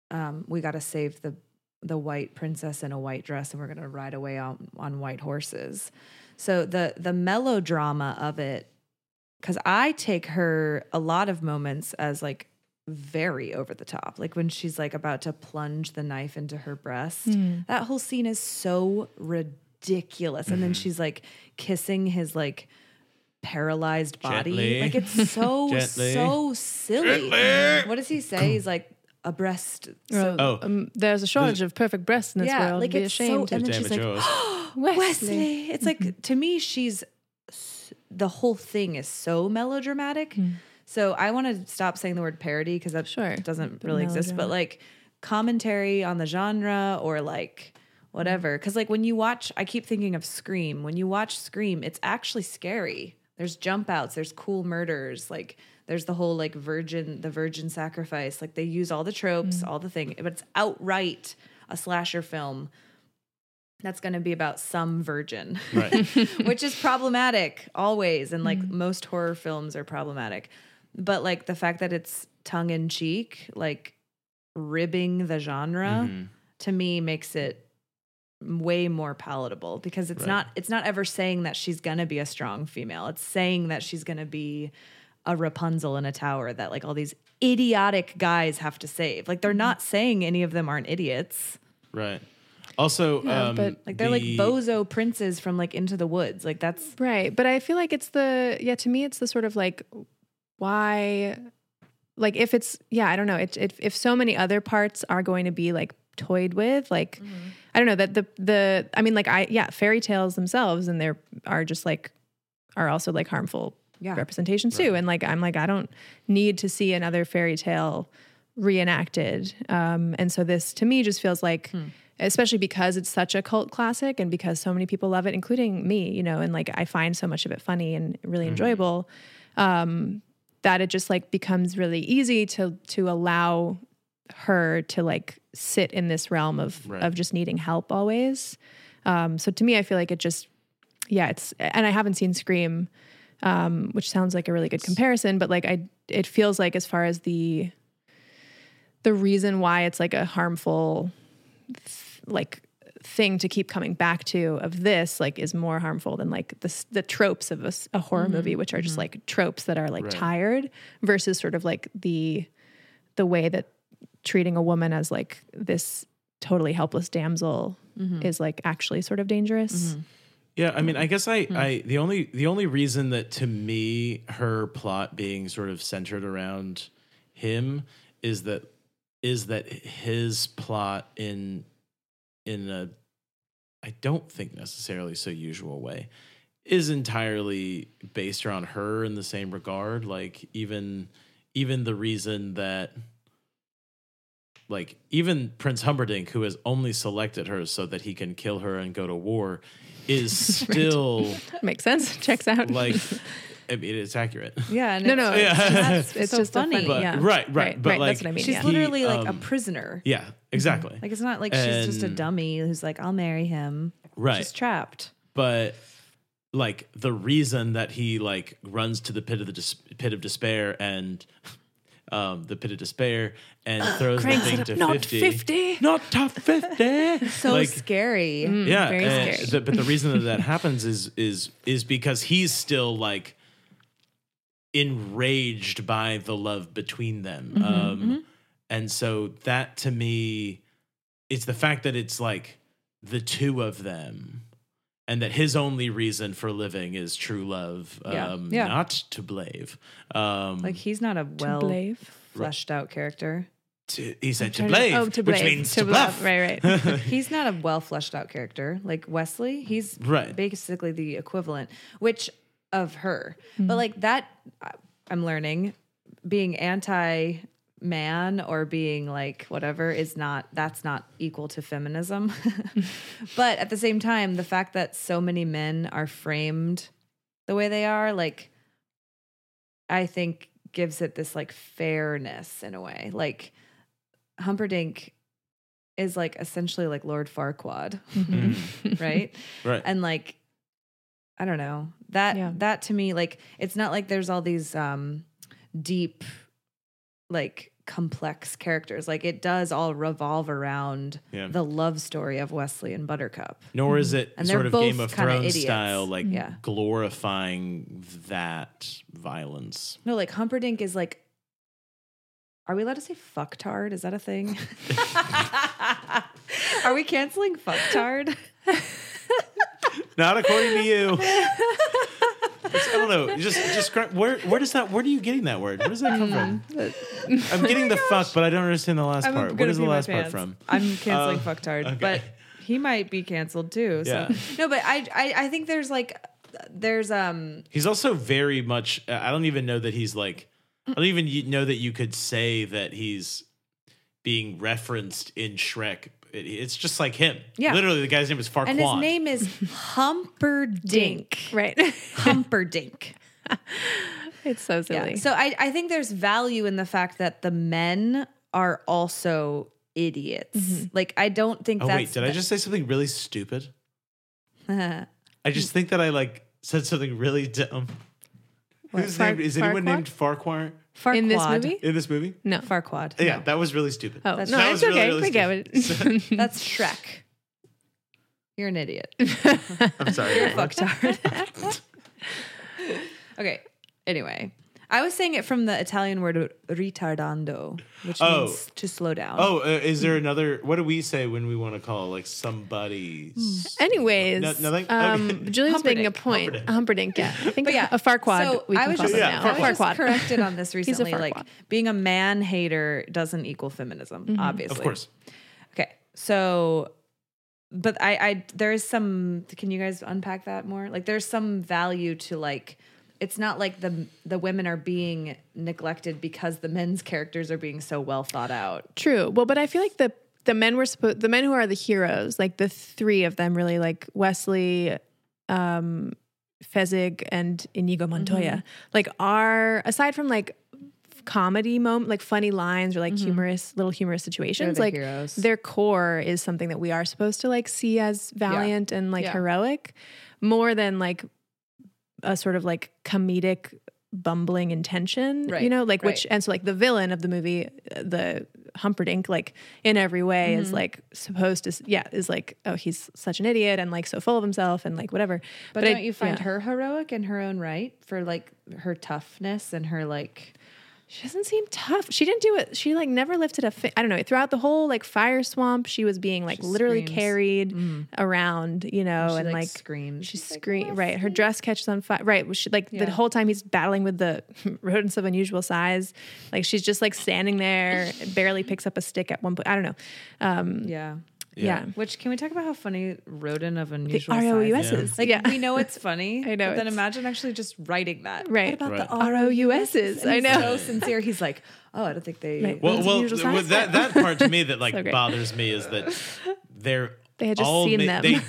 D: um we got to save the the white princess in a white dress and we're going to ride away on on white horses. So the the melodrama of it because I take her a lot of moments as like very over the top. Like when she's like about to plunge the knife into her breast.
C: Hmm.
D: That whole scene is so ridiculous. And
C: Mm-hmm.
D: then she's like kissing his like paralyzed body.
C: Gently.
D: Like it's so
C: Gently.
D: so silly. What does he say? He's like a breast so,
C: Oh.
B: um, there's a shortage of perfect breasts in this
D: Yeah,
B: world.
D: like,
B: Be
D: it's so-
B: ashamed.
D: and then
C: Damn
D: she's
C: it,
D: like, "Oh,
C: Jules.
B: Wesley. Mm-hmm.
D: Wesley. It's like to me, she's s- the whole thing is so melodramatic. So I want to stop saying the word parody because that
B: Mm-hmm. Sure.
D: doesn't
B: But
D: really exist. But
B: melodrama.
D: like commentary on the genre or like whatever.
B: Mm-hmm.
D: Because like when you watch, I keep thinking of Scream. When you watch Scream, it's actually scary. There's jump outs. There's cool murders. Like there's the whole like virgin, the virgin sacrifice. Like they use all the tropes,
B: Mm-hmm.
D: all the thing, but it's outright a slasher film that's going to be about some virgin,
C: Right.
D: which is problematic always. And like most horror films are problematic. But like the fact that it's tongue in cheek, like ribbing the genre
C: Mm-hmm.
D: to me makes it way more palatable because it's
C: Right.
D: not it's not ever saying that she's going to be a strong female. It's saying that she's going to be a Rapunzel in a tower that like all these idiotic guys have to save. Like they're not saying any of them aren't idiots.
C: Right. Also,
B: Yeah,
C: um,
B: but,
D: Like they're
C: the-
D: like bozo princes from like Into the Woods. Like that's
B: Right. But I feel like it's the, yeah, to me, it's the sort of like, why, like if it's, yeah, I don't know. It, it, if so many other parts are going to be like toyed with, like, I don't know that the, the, I mean, like, I, yeah, fairy tales themselves and there are just like, are also like harmful
D: Yeah.
B: representations too. And like, I'm like, I don't need to see another fairy tale reenacted. Um, and so this to me just feels like, especially because it's such a cult classic and because so many people love it, including me, you know, and like I find so much of it funny and really enjoyable, um, that it just like becomes really easy to to allow her to like sit in this realm of
C: Right.
B: of just needing help always. Um, so to me, I feel like it just yeah, it's and I haven't seen Scream, um, which sounds like a really good comparison, but like I it feels like as far as the the reason why it's like a harmful th- like thing to keep coming back to of this like is more harmful than like the s- the tropes of a, s- a horror movie which are just like tropes that are like
C: Right.
B: tired versus sort of like the the way that treating a woman as like this totally helpless damsel is like actually sort of dangerous
C: Yeah, I mean, I guess I, I the only the only reason that to me her plot being sort of centered around him is that is that his plot in in a I don't think necessarily so usual way is entirely based around her in the same regard like even even the reason that like even Prince Humperdinck, who has only selected her so that he can kill her and go to war, is still
B: makes sense checks out
C: like I mean, it's accurate.
D: yeah. And
B: no
D: it's-
B: no
C: Yeah.
B: it's, just-
D: That's
B: it's
D: so
B: just a
D: funny.
B: funny
C: But
B: yeah.
C: right, right, but like
B: that's what i mean
D: She's
B: yeah.
C: He,
D: literally like a
C: um,
D: prisoner.
C: Yeah, exactly.
D: Like it's not like she's just a
C: and-
D: dummy who's like, I'll marry him.
C: Right.
D: She's trapped.
C: but like the reason that he like runs to the pit of the dis- pit of despair and um the pit of despair and throws the
B: cranks it
C: thing
B: up,
C: to
B: not
C: 50,
B: 50.
C: not top 50
D: So
C: like,
D: scary.
C: yeah
B: Mm-hmm. very
C: and
B: scary.
C: the- but the reason that that happens is is is because he's still like enraged by the love between them
B: Mm-hmm,
C: um and so that to me it's the fact that it's like the two of them and that his only reason for living is true love
D: Yeah.
C: um
D: Yeah.
C: not to blave um
D: Like he's not a
B: To
D: well
B: blave.
D: fleshed out character.
C: to, he said to
B: Trying to-
C: blave
B: oh, to
C: which
B: blave,
C: means to,
B: to
C: bluff
B: bluff, right, right.
D: He's not a well fleshed out character. Like Wesley, he's
C: Right.
D: basically the equivalent, which of her. But like that, I- I'm learning being anti man or being like whatever is not, that's not equal to feminism. but at the same time, the fact that so many men are framed the way they are, like, I think gives it this like fairness in a way. Like, Humperdinck is like essentially like Lord Farquaad,
C: Mm-hmm.
B: mm-hmm.
D: right?
C: right
D: And like, I don't know that
B: Yeah.
D: that to me like it's not like there's all these um deep like complex characters like it does all revolve around
C: Yeah.
D: the love story of Wesley and Buttercup.
C: Nor is it
D: And they're
C: sort of
D: both
C: Game of
D: kinda
C: Thrones
D: idiots.
C: style, like
D: Yeah.
C: glorifying that violence.
D: No, like Humperdinck is like Are we allowed to say fucktard? Is that a thing? Are we canceling fucktard?
C: Not according to you. It's- I don't know. Just describe where where does that where are you getting that word? Where does that come from?
D: Mm.
C: I'm getting the fuck, but I don't understand the last
D: Oh I'm
C: part. Where
D: gonna
C: does the
D: pee my
C: last part
D: pants.
C: from?
D: I'm canceling
C: Uh,
D: fucktard,
C: okay.
D: but he might be canceled too. So.
C: Yeah.
D: No, but I, I I think there's like there's um
C: He's also very much. I don't even know that he's like. I don't even y- know that you could say that he's being referenced in Shrek. It- it's just like him.
D: Yeah.
C: Literally, the guy's name is Farquaad.
D: and his name is Humperdink.
B: Right.
D: Humperdink.
B: it's so silly.
D: Yeah. So I, I think there's value in the fact that the men are also idiots.
B: Mm-hmm.
D: Like I don't think
C: oh
D: that's
C: wait, did I just say something really stupid? I just think that I like said something really dumb. Who's
B: Far-
C: named? Is anyone
B: Farquaad?
C: named Farquhar
D: Farquad.
B: in this movie?
C: in this movie?
B: No.
D: Farquad.
C: Yeah, that was really stupid.
B: Oh,
D: That's-
B: no,
D: that
B: it's
C: was really,
B: okay.
C: really
B: we get it.
D: That's Shrek. You're an idiot.
C: I'm sorry. everyone.
D: Fucktard. okay. Anyway, I was saying it from the Italian word ritardando, which
C: Oh.
D: means to slow down.
C: Oh, uh, is there another? What do we say when we want to call like
B: Hmm.
C: somebody's?
B: Anyways,
C: No- nothing?
B: um,
C: Okay.
B: Julian's making a point. Humperdinck, yeah. I think a Farquad.
D: So
B: we can
D: I was
B: call
D: just,
B: him
C: Yeah,
B: now.
D: I was
B: Farquad.
D: just corrected on this
B: a
D: recently. like
B: Farquad.
D: being a man hater doesn't equal feminism,
B: Mm-hmm.
D: obviously.
C: Of course.
D: Okay. So, but I, I, there is some. Can you guys unpack that more? Like, there's some value to like. It's not like the the women are being neglected because the men's characters are being so well thought out.
B: True. Well, but I feel like the the men were supposed the men who are the heroes, like the three of them, really like Wesley, um, Fezig, and
D: Mm-hmm.
B: Inigo Montoya, like are aside from like f- comedy moment, like funny lines or like humorous little humorous situations,
D: Mm-hmm. the
B: like
D: heroes.
B: their core is something that we are supposed to like see as valiant and like
D: Yeah.
B: heroic, more than like a sort of like comedic bumbling intention you
D: Right,
B: know like which
D: right.
B: and so like the villain of the movie uh, the humperdinck like in every way is
D: Mm-hmm.
B: like supposed to s- yeah is like oh he's such an idiot and like so full of himself and like whatever
D: But,
B: I-
D: don't you find
B: yeah.
D: her heroic in her own right for like her toughness and her like?
B: she doesn't seem tough she didn't do it she like never lifted a fi- i don't know throughout the whole like fire swamp she was being like literally
D: screams. Mm.
B: carried around you know
D: She
B: Oh, and
D: like,
B: like
D: screams.
B: She scream right. Her dress catches on fire. Right. She, like
D: Yeah.
B: the whole time he's battling with the rodents of unusual size. Like she's just like standing there, barely picks up a stick at one point. I don't know. Um,
D: Yeah.
B: yeah.
D: Which can we talk about how funny rodent of
B: The
D: unusual size?
B: ROUSs.
C: Yeah.
B: Like,
D: Like
B: yeah.
D: we know it's funny.
B: I know,
D: But then
B: it's-
D: imagine actually just writing that.
B: Right.
D: What about
B: Right.
D: the ROUSs?
B: ROUSs, I
D: And
B: know.
D: He's so sincere. He's like, oh, I don't think they.
B: Right.
C: Well,
B: It's
C: well,
B: unusual size.
C: with that that part to me that like
B: So great.
C: bothers me is that they're
B: They had just
C: all
B: seen
C: ma-
B: them.
C: They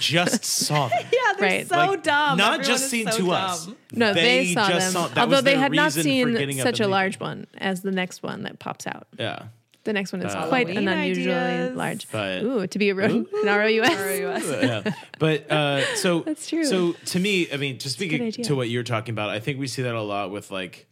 C: just saw them.
D: Yeah, they're
B: Right.
D: so
C: Like,
D: dumb.
C: Not
D: Everyone
C: just
D: is
C: seen
D: so
C: to us.
D: dumb.
B: No, they, saw
C: just
B: them.
C: that was
B: Although they
C: their
B: had not
C: reason for
B: seen
C: getting up
B: such a
C: and leaving.
B: large one as the next one that pops out.
C: Yeah.
B: The next one is
C: Uh,
B: quite an
D: Halloween
B: unusually
D: ideas.
B: large.
C: But-
B: Ooh, to be a rodent, an ROUS.
D: ROUS.
C: yeah. But uh, so
B: That's true.
C: So to me, I mean, to speak
B: idea.
C: to what you're talking about, I think we see that a lot with like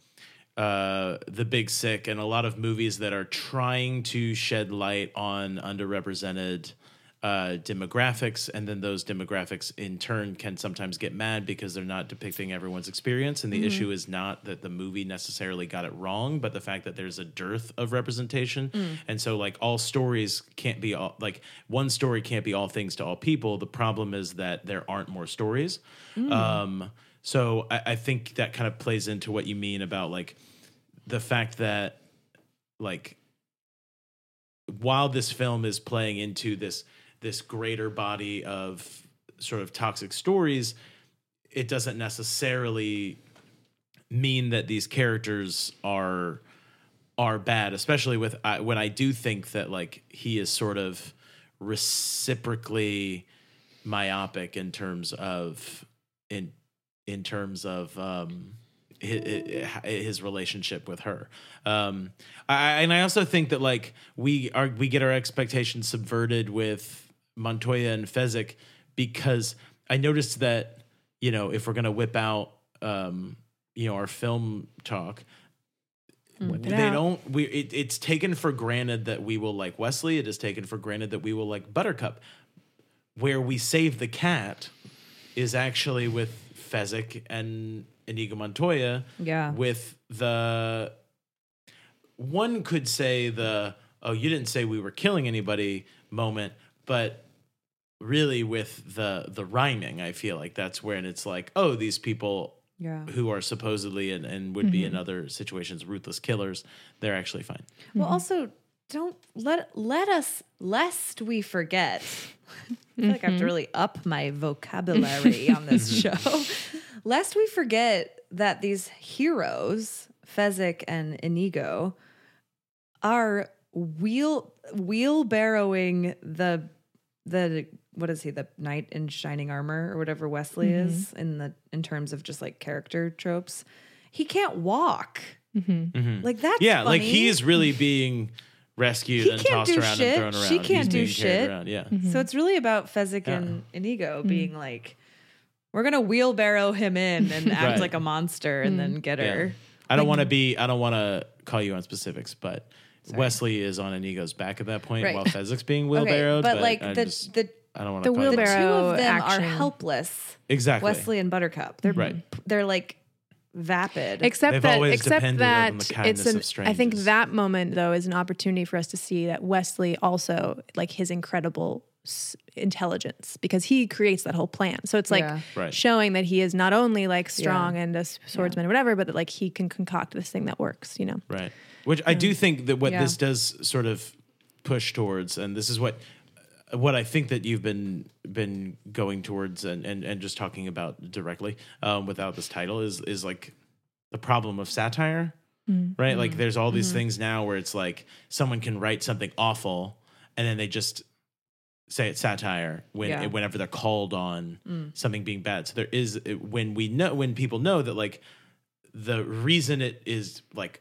C: uh, the Big Sick and a lot of movies that are trying to shed light on underrepresented. Uh, demographics, and then those demographics in turn can sometimes get mad because they're not depicting everyone's experience. And the issue is not that the movie necessarily got it wrong, but the fact that there's a dearth of representation. And so, like, all stories can't be all, like, one story can't be all things to all people. The problem is that there aren't more stories. Um, so, I, I think that kind of plays into what you mean about like the fact that, like, while this film is playing into this this greater body of sort of toxic stories it doesn't necessarily mean that these characters are are bad especially with I, when i do think that like he is sort of reciprocally myopic in terms of in in terms of um his, his relationship with her um I, and i also think that like we are we get our expectations subverted with montoya and fezzik because i noticed that you know if we're gonna whip out um you know our film talk
B: Whip it
C: they
B: out.
C: don't we it, it's taken for granted that we will like wesley it is taken for granted that we will like buttercup where we save the cat is actually with Fezzik and Inigo Montoya.
D: Yeah.
C: With the one could say the oh you didn't say we were killing anybody moment, but really with the the rhyming, I feel like that's when it's like oh these people
D: Yeah.
C: who are supposedly and, and would be in other situations ruthless killers they're actually fine.
D: Well, also don't let let us lest we forget. I feel like I have
C: Mm-hmm.
D: to really up my vocabulary on this show. Lest we forget that these heroes, Fezzik and Inigo, are wheel wheelbarrowing the the what is he the knight in shining armor or whatever Wesley
C: Mm-hmm.
D: is in the in terms of just like character tropes. He can't walk.
B: Mm-hmm.
D: Like that's
C: Yeah, like
D: funny.
C: he is really being rescued
D: He
C: and
D: can't
C: tossed
D: do
C: around
D: shit.
C: and thrown around.
D: She can't
C: He's
D: do
C: being carried
D: shit.
C: Around. Yeah.
B: Mm-hmm.
D: So it's really about Fezzik and Inigo being like, we're gonna wheelbarrow him in and act
C: Right.
D: like a monster and
B: Mm.
D: then get
C: Yeah.
D: her.
C: I don't want to be. I don't want to call you on specifics, but Wesley is on Inigo's back at that point
D: Right.
C: while Fezzik's being
D: Okay,
C: wheelbarrowed.
D: but like
C: I,
D: the,
C: just-
D: the
C: I don't want
B: the
C: to. call you on-
D: the two
B: wheelbarrow-
D: of them are
B: action.
D: helpless.
C: Exactly.
D: Wesley and Buttercup. They're
C: Right.
D: they're like vapid.
B: Except
C: They've
B: that,
C: always
B: except
C: depended on the
B: that
C: kindness
B: it's an.
C: of
B: I think
C: strangers.
B: that moment though is an opportunity for us to see that Wesley also like his incredible s- intelligence because he creates that whole plan. So it's like
D: Yeah.
C: Right.
B: showing that he is not only like strong and a s- swordsman or whatever, but that like he can concoct this thing that works. You know.
C: Right. Which I do think that what
D: Um, Yeah.
C: this does sort of push towards, and this is what what I think that you've been been going towards, and and, and just talking about directly um, without this title is is like the problem of satire,
D: Mm.
C: right? Like there's all
D: Mm-hmm.
C: these things now where it's like someone can write something awful, and then they just say it's satire when
D: Yeah.
C: whenever they're called on
D: Mm.
C: something being bad. So there is when we know when people know that like the reason it is like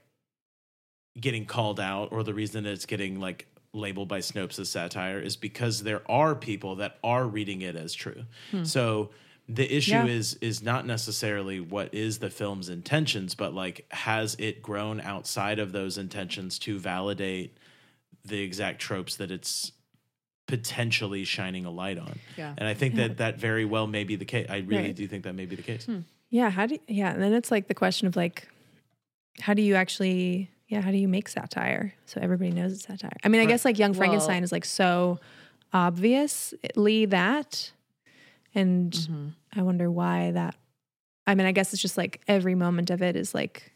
C: getting called out or the reason it's getting like labeled by Snopes as satire is because there are people that are reading it as true. So the issue
D: Yeah.
C: is is not necessarily what is the film's intentions but like has it grown outside of those intentions to validate the exact tropes that it's potentially shining a light on.
D: Yeah.
C: And I think that that very well may be the case. I really
B: Right. Hmm.
C: do think that may be the case.
B: Yeah. How do? Yeah. And then it's like the question of like, how do you actually? Yeah. How do you make satire so everybody knows it's satire? I mean, I guess like Young Frankenstein is like so obviously that, and
C: Mm-hmm.
B: I wonder why that. I mean, I guess it's just like every moment of it is like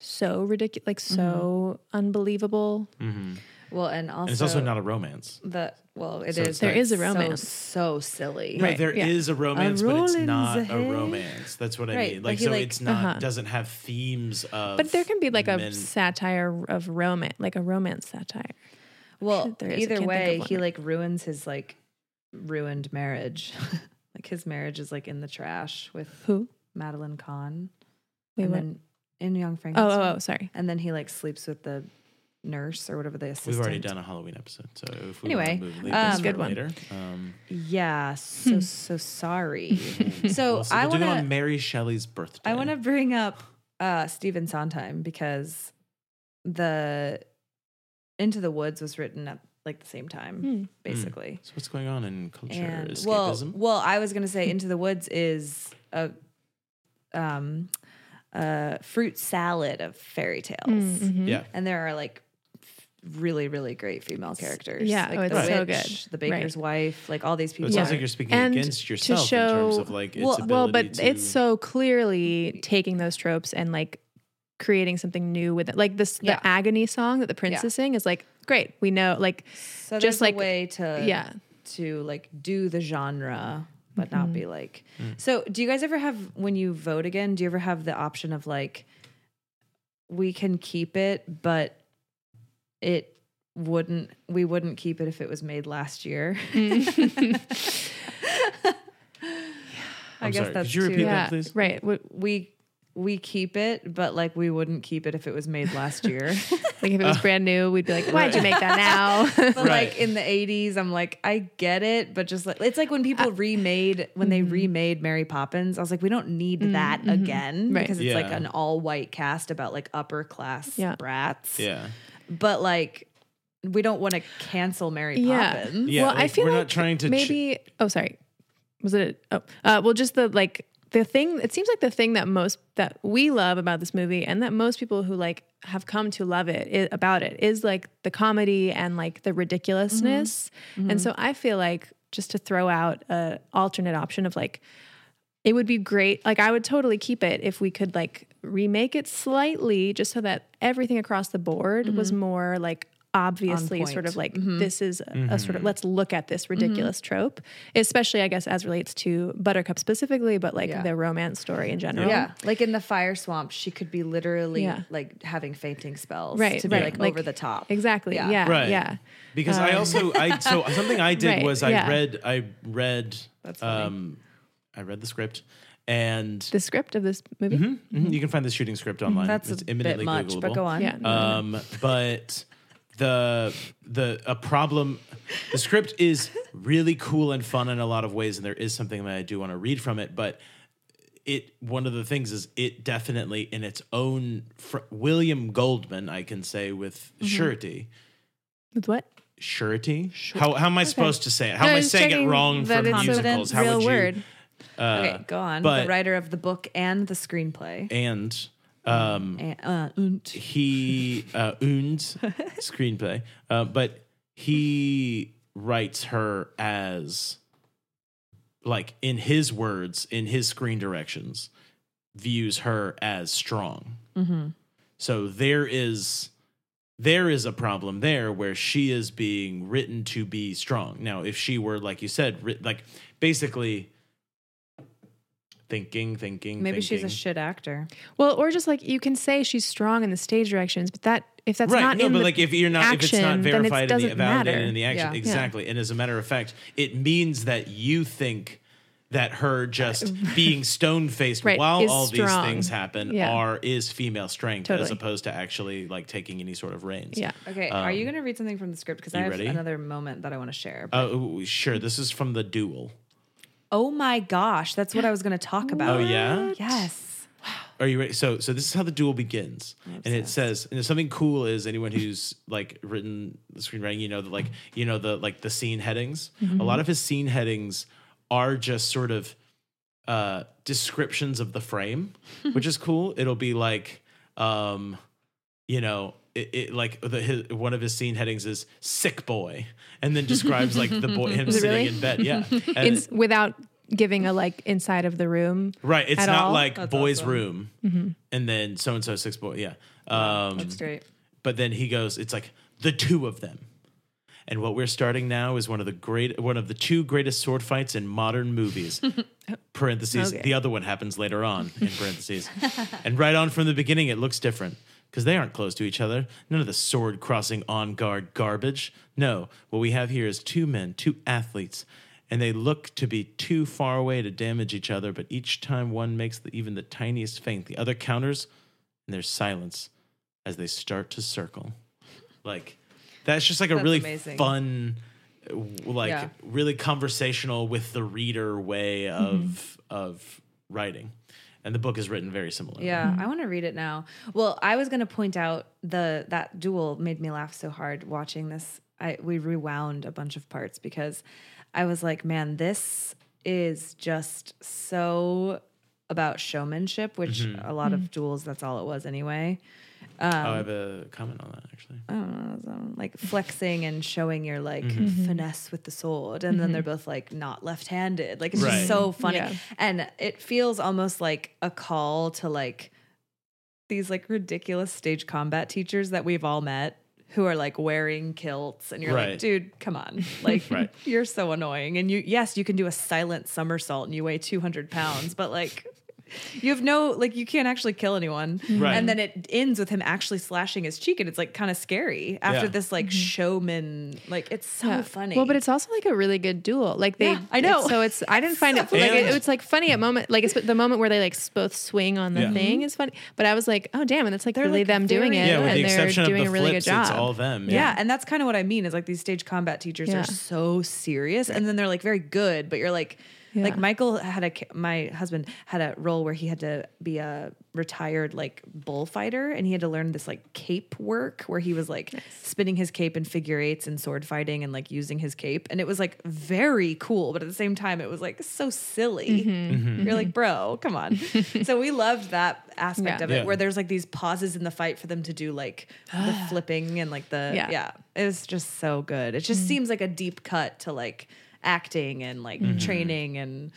B: so ridiculous,
C: Mm-hmm.
B: like so unbelievable.
C: hmm
D: well, and also
C: And it's also not a romance.
D: the well, it is
C: So it's
B: There
C: like-
B: is a
D: so,
B: romance.
D: So, silly.
C: No, there is
B: yeah.
C: a romance, but it's
D: rolling
C: not
D: the
C: a
D: hay.
C: romance. That's what I
D: Right,
C: mean.
D: but
C: Like,
D: he,
C: so
D: like-
C: it's not
B: uh-huh.
C: doesn't have themes of.
B: But there can be like a
C: men-
B: satire of romance, like a romance satire.
D: Well,
B: There is, I
D: either
B: can't think
D: way,
B: of one
D: he
B: right
D: like ruins his like ruined marriage. like his marriage is like in the trash with
B: Who?
D: Madeline Kahn.
B: Wait,
D: and
B: what?
D: then in Young
B: Oh,
D: Frankenstein.
B: oh, oh, sorry.
D: And then he like sleeps with the nurse or whatever the assistant.
C: We've already done a Halloween episode, so if we
D: Anyway,
C: want to move leave this
D: um,
C: for
B: Good one.
C: later, um,
D: Yeah.
B: Hmm.
D: So so sorry. so
C: we'll, see-
D: I
C: we'll do
D: want
C: it on
D: to
C: Mary Shelley's birthday.
D: I want to bring up uh Stephen Sondheim because the Into the Woods was written at like the same
B: Hmm.
D: time, basically.
C: So what's going on in culture
D: and well,
C: Hmm. escapism?
D: well, I was gonna
B: Hmm.
D: say Into the Woods is a um a fruit salad of fairy tales,
B: Hmm. Mm-hmm.
C: yeah,
D: and there are like f- really really great female characters.
B: yeah,
D: like
B: oh,
D: the
B: it's so
D: witch,
B: good.
D: the baker's
B: Right.
D: wife, like all these people.
C: it sounds
D: are-
C: like you're speaking
B: And
C: against
B: to
C: yourself in terms
B: show-
C: of like its
D: well-
C: ability
B: well but
C: to,
B: it's so clearly taking those tropes and like creating something new with it like this
D: Yeah.
B: the agony song that the prince
D: Yeah.
B: is singing is like great we know like
D: so
B: just
D: there's
B: like
D: a way to
B: yeah
D: to like do the genre but
B: Mm-hmm.
D: not be like
C: Mm.
D: so do you guys ever have when you vote again do you ever have the option of like we can keep it but it wouldn't we wouldn't keep it if it was made last year i
B: Mm.
C: I'm
D: guess
C: sorry,
D: that's
C: could you repeat
D: too
C: that,
B: yeah
C: please?
B: right W-
D: we we keep it but like we wouldn't keep it if it was made last year
B: like if it
C: Uh.
B: was brand new we'd be like why'd you make that now
D: But
C: Right.
D: like in the 80s, I'm like, I get it, but just like it's like when people remade when
B: Mm-hmm.
D: they remade Mary Poppins, I was like, we don't need that again
B: Right.
D: because it's like
C: Yeah.
D: an all white cast about like upper class
B: Yeah.
D: brats.
C: yeah.
D: But like we don't want to cancel Mary
B: yeah
D: Poppins.
C: Yeah,
B: well i
C: like,
B: feel
C: we're
B: like
C: not trying to ch-
B: maybe oh sorry was it oh uh, well just the like the thing it seems like the thing that most that we love about this movie and that most people who like have come to love it, i about it is like the comedy and like the ridiculousness.
C: Mm-hmm.
B: And so I feel like just to throw out a alternate option of like it would be great. Like I would totally keep it if we could like remake it slightly just so that everything across the board was
C: Mm-hmm.
B: more like obviously
D: point.
B: sort of like
D: Mm-hmm.
B: this is a, a sort of
C: Mm-hmm.
B: let's look at this ridiculous trope, especially I guess as relates to Buttercup specifically, but like
D: Yeah.
B: the romance story in general.
D: Yeah, like in the fire swamp, she could be literally
B: Yeah.
D: like having fainting spells,
B: Right,
D: To be
B: right,
D: like,
B: like-
D: over the top,
B: Exactly. Yeah.
D: Yeah.
B: Yeah.
C: Right. Because
D: um,
C: I also I so something I did
B: Right,
C: was I
B: yeah.
C: read I read
D: That's funny.
C: um I read the script and
B: The script of this movie.
C: Mhm, you can find the shooting script online.
D: Mm-hmm. That's
C: it's
D: a bit
C: imminently
D: much,
C: Googleable.
D: but go on.
B: Yeah.
C: Um, but the the a problem. The script is really cool and fun in a lot of ways, and there is something that I do want to read from it. But it one of the things is it definitely in its own fr- William Goldman, I can say with
D: Mm-hmm.
C: surety.
B: With what?
C: Surety. How, how am I supposed to say it? How
B: No,
C: am I
B: I'm just
C: saying it
B: checking
C: wrong for
B: that it's a
C: musicals? How
B: real
C: would you? uh,
B: word.
D: okay, go on.
C: but-
D: the writer of the book and the screenplay.
C: And um,
D: And, uh, und.
C: he uh und screenplay uh, but he writes her as like in his words in his screen directions views her as strong
D: Mm-hmm.
C: so there is there is a problem there where she is being written to be strong now if she were like you said writ- like basically thinking thinking
D: Maybe she's a
C: thinking.
D: shit actor.
B: Well, or just like you can say she's strong in the stage directions, but that if that's
C: right.
B: not
C: no,
B: in
C: but
B: the
C: like if you're not if it's not
B: action, then it
C: verified in the
B: doesn't matter.
C: validated in the action
D: Yeah. Yeah.
C: exactly. And as a matter of fact, it means that you think that her just being stone faced
B: Right,
C: while
B: is
C: all these
B: strong.
C: things happen
B: Yeah.
C: are is female strength as
B: Totally.
C: opposed to actually like taking any sort of reins.
B: yeah.
D: Okay, are you going to read something from the script? Because I
C: Um, you
D: have
C: ready?
D: another moment that I want to share.
C: Uh, ooh, sure. This is from the duel.
D: oh my gosh, that's what I was going to talk about.
C: Oh yeah.
D: Yes.
C: Are you ready? So, so this is how the duel begins, and it says, and something cool is anyone who's like written the screenwriting, you know, the, like you know the like the scene headings. A lot of his scene headings are just sort of uh descriptions of the frame, which is cool. It'll be like, um, you know. It, it like the, his, one of his scene headings is "sick boy," and then describes like the boy him
B: Is it
C: sitting
B: really?
C: in bed. Yeah, And
B: It's without giving a like inside of the room.
C: Right. It's
B: at
C: not
B: all.
C: like
D: That's
C: boys'
D: awesome.
C: room and then so and so six boy. Yeah. Um,
D: That's great.
C: but then he goes, it's like the two of them. And what we're starting now is one of the great, one of the two greatest sword fights in modern movies. parentheses.
B: Okay.
C: The other one happens later on. In parentheses. and right on from the beginning, it looks different because they aren't close to each other. None of the sword crossing on guard garbage. No, what we have here is two men, two athletes, and they look to be too far away to damage each other. But each time one makes the, even the tiniest feint, the other counters, and there's silence as they start to circle. Like that's just like a
D: That's
C: really
D: amazing.
C: fun, uh, like
D: Yeah. Mm-hmm.
C: really conversational with the reader way of of writing, and the book is written very similar.
D: Yeah, I want to read it now. Well, I was going to point out the that duel made me laugh so hard watching this. I we rewound a bunch of parts because I was like, man, this is just so about showmanship, which a lot of duels that's all it was anyway.
C: oh, I have a comment on that actually.
D: um, Like flexing and showing your like
C: Mm-hmm.
D: finesse with the sword, and then they're both like not left-handed. Like it's
C: Right.
D: just so funny,
B: Yeah.
D: and it feels almost like a call to like these like ridiculous stage combat teachers that we've all met who are like wearing kilts and you're
C: Right.
D: like dude come on like
C: Right.
D: you're so annoying and you yes you can do a silent somersault and you weigh 200 pounds but like you have no like you can't actually kill anyone
C: Right.
D: and then it ends with him actually slashing his cheek and it's like kind of scary after
C: Yeah.
D: this like showman like it's so
B: Mm-hmm. Yeah.
D: funny
B: Uh, Well, but it's also like a really good duel. Like they,
D: Yeah, I know.
B: it's- so it's I didn't find it like it,
C: And-
B: it's like funny at moment like it's the moment where they like s- both swing on the
C: Yeah.
B: thing is funny. But I was like, oh damn, and it's like really
D: like,
B: them doing
D: very-
B: it,
C: Yeah, with
B: and
C: the
B: they're
C: exception of
B: doing
C: the
B: a really
C: flips,
B: good job.
C: it's all them.
D: Yeah, and that's kind of what I mean is like these stage combat teachers
B: Yeah.
D: are so serious and then they're like very good, but you're like Like
B: Yeah.
D: Michael had a ca- my husband had a role where he had to be a retired like bullfighter and he had to learn this like cape work where he was like spinning his cape in figure eights and sword fighting and like using his cape and it was like very cool but at the same time it was like so silly.
B: Mm-hmm.
C: Mm-hmm.
D: You're like, "Bro, come on." so we loved that aspect
B: Yeah.
D: of it
C: Yeah.
D: where there's like these pauses in the fight for them to do like the flipping and like the
B: Yeah.
D: yeah it was just so good. It just seems like a deep cut to like acting and like training and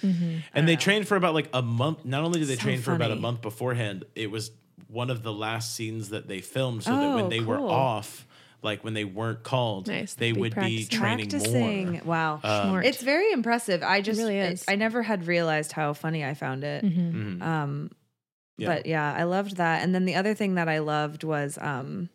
C: and they trained for about like a month. Not only did they
D: So
C: train for about a
D: funny.
C: month beforehand, it was one of the last scenes that they filmed, so that
D: Oh,
C: when they were
D: cool.
C: off, like when they weren't called,
B: Nice,
C: they
B: they'd be
C: would be
B: practicing.
C: training
D: practicing.
C: more. Uh,
D: Wow.
B: Smart.
D: it's very impressive. I just
B: really
D: I-
B: is. Mm-hmm.
D: I, never had realized how funny I found it. Um
C: Mm-hmm. Yeah.
D: but yeah, I loved that. And then the other thing that I loved was um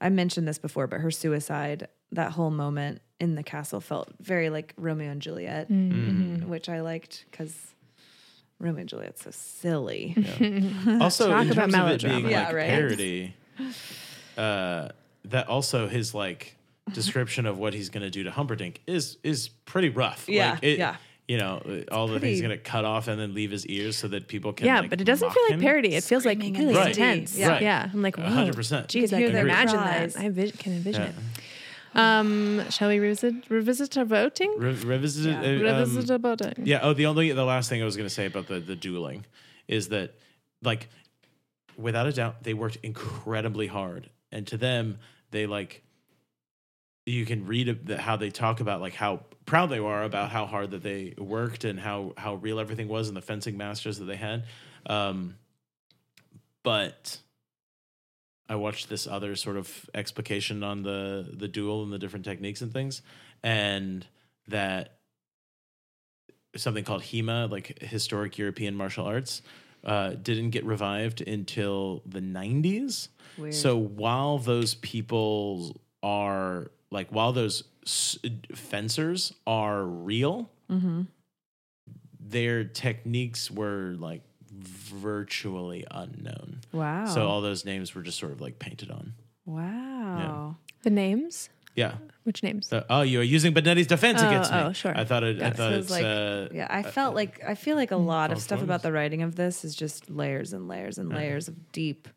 D: I mentioned this before, but her suicide, that whole moment in the castle felt very like Romeo and Juliet,
B: Mm-hmm.
C: Mm.
D: which I liked cuz Romeo and Juliet's so silly.
C: Also,
B: Talk
C: in
B: about
C: terms of it
B: melodrama.
C: being
D: Yeah,
C: like
D: right.
C: parody, uh, that also his like description of what he's going to do to Humperdinck is is pretty rough.
D: Yeah,
C: like, it,
D: yeah.
C: You know, uh, all the things
D: pretty-
C: he's going to cut off and then leave his ears so that people can.
B: yeah,
C: like,
B: but it doesn't
C: mock
B: feel like
C: him.
B: parody. It feels like
D: Screaming
B: really
D: and
C: Right.
B: intense.
D: Yeah.
C: Right.
B: Yeah, I'm like,
C: A
B: whoa.
C: hundred percent.
B: Geez,
D: You
B: I
D: hear
B: can
D: their
B: imagine
D: cries.
B: that. I vi- can envision
C: Yeah.
B: it. Um, shall we revisit revisit our voting?
C: Re- revisited. uh, um,
B: revisit our voting.
C: Yeah. Oh, the only the last thing I was going to say about the the dueling is that like without a doubt they worked incredibly hard, and to them they like you can read ab- the- how they talk about like how proud they are about how hard that they worked and how how real everything was and the fencing masters that they had. Um, but I watched this other sort of explication on the the duel and the different techniques and things, and that something called HEMA, like historic European martial arts, uh, didn't get revived until the 90s.
D: Weird.
C: So while those people are like, while those s- fencers are real,
D: Mhm.
C: their techniques were like virtually unknown.
D: Wow.
B: Oh.
C: So all those names were just sort of like painted on.
D: wow.
B: The names?
C: Yeah.
B: Which names?
C: So, oh, you are using Benetti's defense
B: Oh,
C: against me.
B: oh, sure.
C: I thought it. I
B: Got it.
C: thought
D: So
C: it's.
D: it's like-
C: uh,
D: Yeah, I felt like I feel like a lot of
C: false
D: stuff
C: ones.
D: about the writing of this is just layers and layers and layers of deep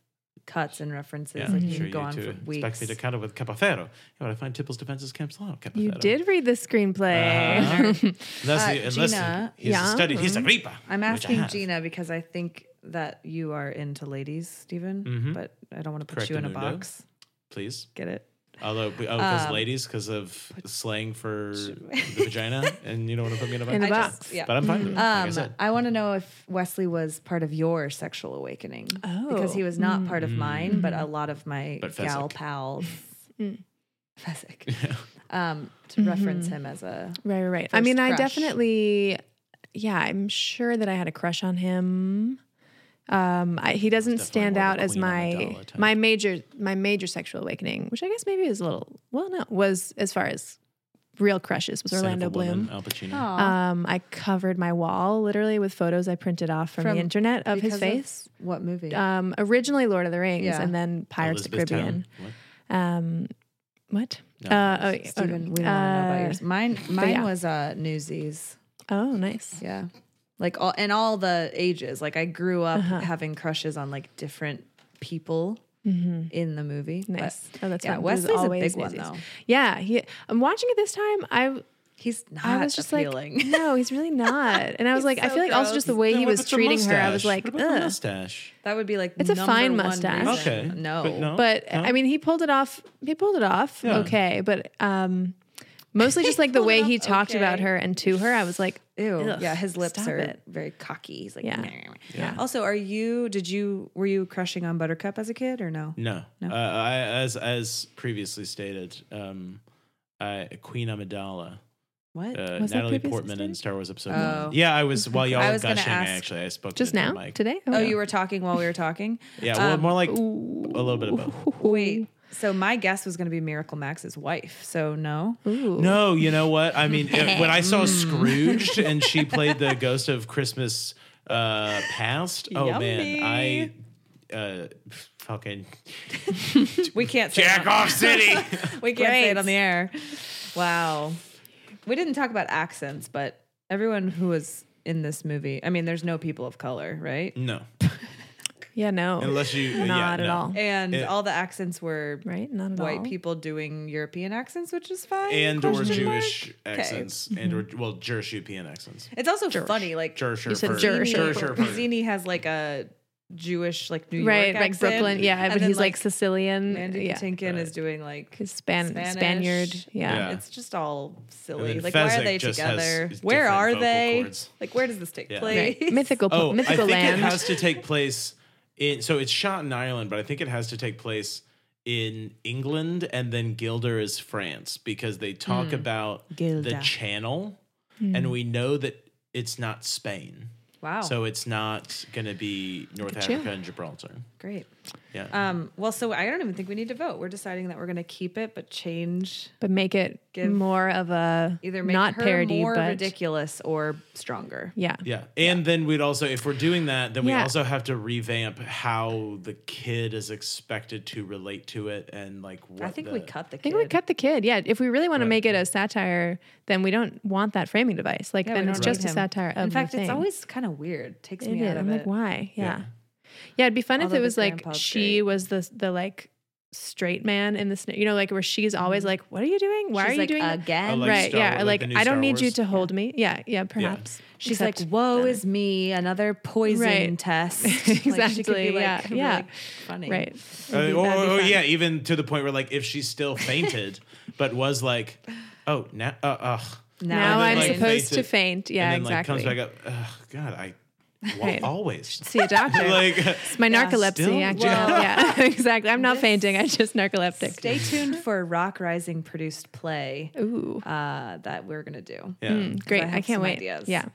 D: cuts and references.
C: Yeah,
D: like
B: Mm-hmm.
C: I'm
D: you
C: sure
D: could
C: you
D: go on
C: too
D: for weeks.
C: expect me to counter with Capafero. Yeah, but I find Tipple's defenses Capafero. Capafero.
B: You did read the screenplay.
C: Uh-huh. unless he-
D: Uh,
C: unless
D: Gina,
C: he's
B: yeah.
C: studied, he's a
B: Mm-hmm.
C: reaper.
D: I'm
C: which I
D: asking
C: have.
D: Gina because I think that you are into ladies, Stephen,
C: Mm-hmm.
D: but I don't want to put you in a
C: Correctamundo.
D: box.
C: please.
D: Get it?
C: Although,
B: Um,
C: because ladies, because of slang for the vagina, and you don't want to put me in a box.
B: In a
D: I
B: box.
D: just- yeah.
C: But I'm fine with it. Mm-hmm. like I
D: Um,
C: said,
D: I want to know if Wesley was part of your sexual awakening. Because he
B: Oh.
D: was not part of mine, but a lot of my
C: Mm. But
D: gal
C: Fezzik.
D: pals. Fezzik. Um, to reference him as a.
B: Right, right, right. I
D: First
B: mean, I
D: crush.
B: definitely, yeah, I'm sure that I had a crush on him. Um, I, he doesn't
C: definitely
B: stand
C: more of a
B: out as
C: Queen and
B: my
C: Adele type.
B: my major my major sexual awakening, which I guess maybe is a little well, no, was as far as real crushes was
C: Son of a
B: Orlando Bloom.
C: woman, Al Pacino.
B: Um, I covered my wall literally with photos I printed off from,
D: From-
B: the internet of his
D: because
B: face.
D: What movie?
B: um, originally Lord of the Rings,
D: Yeah.
B: and then Pirates of the
C: Elizabeth
B: Caribbean.
C: Town. What?
B: Um, what?
C: No,
B: uh, oh, yeah, oh, no.
D: Stephen, we don't wanna know about yours. Mine, mine
B: yeah.
D: was uh, Newsies.
B: Oh, nice.
D: Yeah, like all and all the ages. Like I grew up
B: Uh-huh.
D: having crushes on like different people in the movie. But,
B: Mm-hmm. Nice. oh, that's
D: yeah.
B: fun. It was
D: Wesley's a
B: always
D: big one
B: Maisie's.
D: though.
B: Yeah, he. I'm watching it this time. I
D: He's not
B: I was just
D: appealing.
B: like, no, he's really not. And I was like, I
D: so
B: feel like also just the
D: gross.
B: way
C: Then
B: he
C: what
B: was
C: about the
B: treating her, I was
C: mustache?
B: like,
C: What about the
B: ugh.
C: mustache?
D: that would be like
B: It's a
D: number
B: fine
D: one
B: mustache.
D: reason.
C: Okay,
D: No.
C: but no.
B: But I mean, he pulled it off. He pulled it off.
C: Yeah.
B: Okay, but um, mostly just like the
D: pulled it
B: way
D: off
B: he talked
D: okay.
B: about her and to her, I was like,
D: Ew.
B: Ugh,
D: yeah, his lips
B: stop
D: are
B: it.
D: very cocky. He's like,
B: Yeah.
D: yeah. Also, are you? Did you? Were you crushing on Buttercup as a kid or no?
C: No. Uh, I, as as previously stated, um, I, Queen Amidala,
D: What?
C: uh,
B: Was that
C: Natalie
B: previously
C: Portman in
B: stated?
C: Star Wars Episode
D: Oh.
C: One. Yeah, I was while y'all
D: I
C: were
D: was gonna
C: gushing.
D: ask-
C: actually, I spoke
B: just
C: to
B: now,
C: Mike.
B: today.
D: oh, you were talking while we were talking.
C: Yeah, well,
D: Um,
C: more like a little bit of both.
D: Wait.
B: Mm-hmm.
D: So my guess was going to be Miracle Max's wife. So no.
B: Ooh.
C: No, you know what? I mean, it- when I saw Scrooged and she played the ghost of Christmas uh, past, oh man, I uh, fucking
D: We can't say
C: jack
D: it on,
C: off city.
D: we can't say
B: Great.
D: it on the air. Wow. We didn't talk about accents, but everyone who was in this movie. I mean, there's no people of color, right?
C: No,
B: Yeah, no.
C: unless you uh, yeah,
B: not at
C: no.
B: all.
D: And
C: Mm-hmm. Yeah.
D: all the accents were
B: Right? Not at all.
D: white people doing European accents, which is fine.
C: and or
D: question mark.
C: Jewish accents and or well Jewish European accents.
D: It's also
B: Jewish.
D: funny, like
C: Jersey.
B: You said
D: Zini-
B: Jewish. Jersey.
C: Jersey.
D: Zini has like a Jewish, like New
B: Right,
D: York
B: like
D: accent.
B: Brooklyn. Yeah,
D: And
B: but
D: then,
B: he's like, Sicilian.
D: Mandy
B: yeah.
D: Patinkin
C: Right.
D: is doing like
B: He's Span-
D: Spanish.
B: Spaniard. Yeah.
C: Yeah.
D: It's just all silly.
C: And then
D: Like, why are
C: Fezzik
D: they
C: just has
D: together?
C: different
D: Where are
C: vocal
D: they?
C: cords.
D: Like, where does this take
C: Yeah.
D: place?
B: Right. Mythical,
C: Oh, I think
B: mythical land.
C: it has to take place in. So it's shot in Ireland, but I think it has to take place in England, and then Gilder is France because they talk about the
D: Gilda.
C: Channel, and we know that it's not Spain,
D: Wow.
C: so it's not going to be North
B: at you.
C: Africa and Gibraltar.
D: great.
C: Yeah,
D: Um, well, so I don't even think we need to vote. We're deciding that we're going to keep it, but change
B: but make it
D: Give-
B: more of a
D: either make
B: not
D: her
B: parody,
D: more
B: but
D: ridiculous or stronger.
B: yeah.
C: yeah, and then we'd also, if we're doing that, then we
B: Yeah.
C: also have to revamp how the kid is expected to relate to it, and like what
D: I think
C: the,
D: we cut the.
B: I think we cut the kid. Yeah, if we really want to make it a satire, then we don't want that framing device. Like, then it's just a satire of
D: In fact,
B: the thing.
D: it's always kind of weird. Takes
B: it
D: me
B: is.
D: out of
B: I'm like,
D: it.
B: why? Yeah.
C: Yeah.
B: yeah, it'd be fun
D: Although
B: if it
D: the
B: was like
D: grandpa's
B: she
D: great.
B: was the the like straight man in the sna- you know like where she's always like, what are you doing? Why
D: Mm-hmm. She's
B: are you
D: like,
B: doing that?
D: again?
C: I like
B: right?
C: Star-
B: yeah,
C: like
B: like,
C: the new
B: I
C: Star
B: don't need you
C: Wars.
B: to hold me. Yeah, yeah, perhaps.
D: She's
B: Except-
D: like, "Woe is me, another poison
B: Right.
D: test." Like, she could
B: Exactly,
D: be like,
B: yeah,
D: really
B: yeah.
D: funny.
B: right.
C: Uh,
B: That'd be-
C: oh,
B: that'd be
C: oh,
B: fun.
C: yeah, even to the point where like if she still fainted, but was like, oh now, uh, uh,
B: Now
C: And then,
B: I'm
C: like,
B: supposed to
C: fainted.
B: faint. Yeah,
C: and then
B: exactly.
C: like comes back up. Ugh, God, I wa-
B: Right.
C: always
B: See a doctor.
C: like
B: it's my narcolepsy,
C: Still?
B: actually.
D: Well-
B: yeah, exactly. I'm not fainting. I'm just narcoleptic.
D: Stay tuned for a Rock Rising produced play
B: Ooh,
D: uh, that we're gonna do.
C: yeah.
B: great!
D: I
B: I,
D: have
B: can't
D: some
B: wait.
D: ideas.
B: Yeah,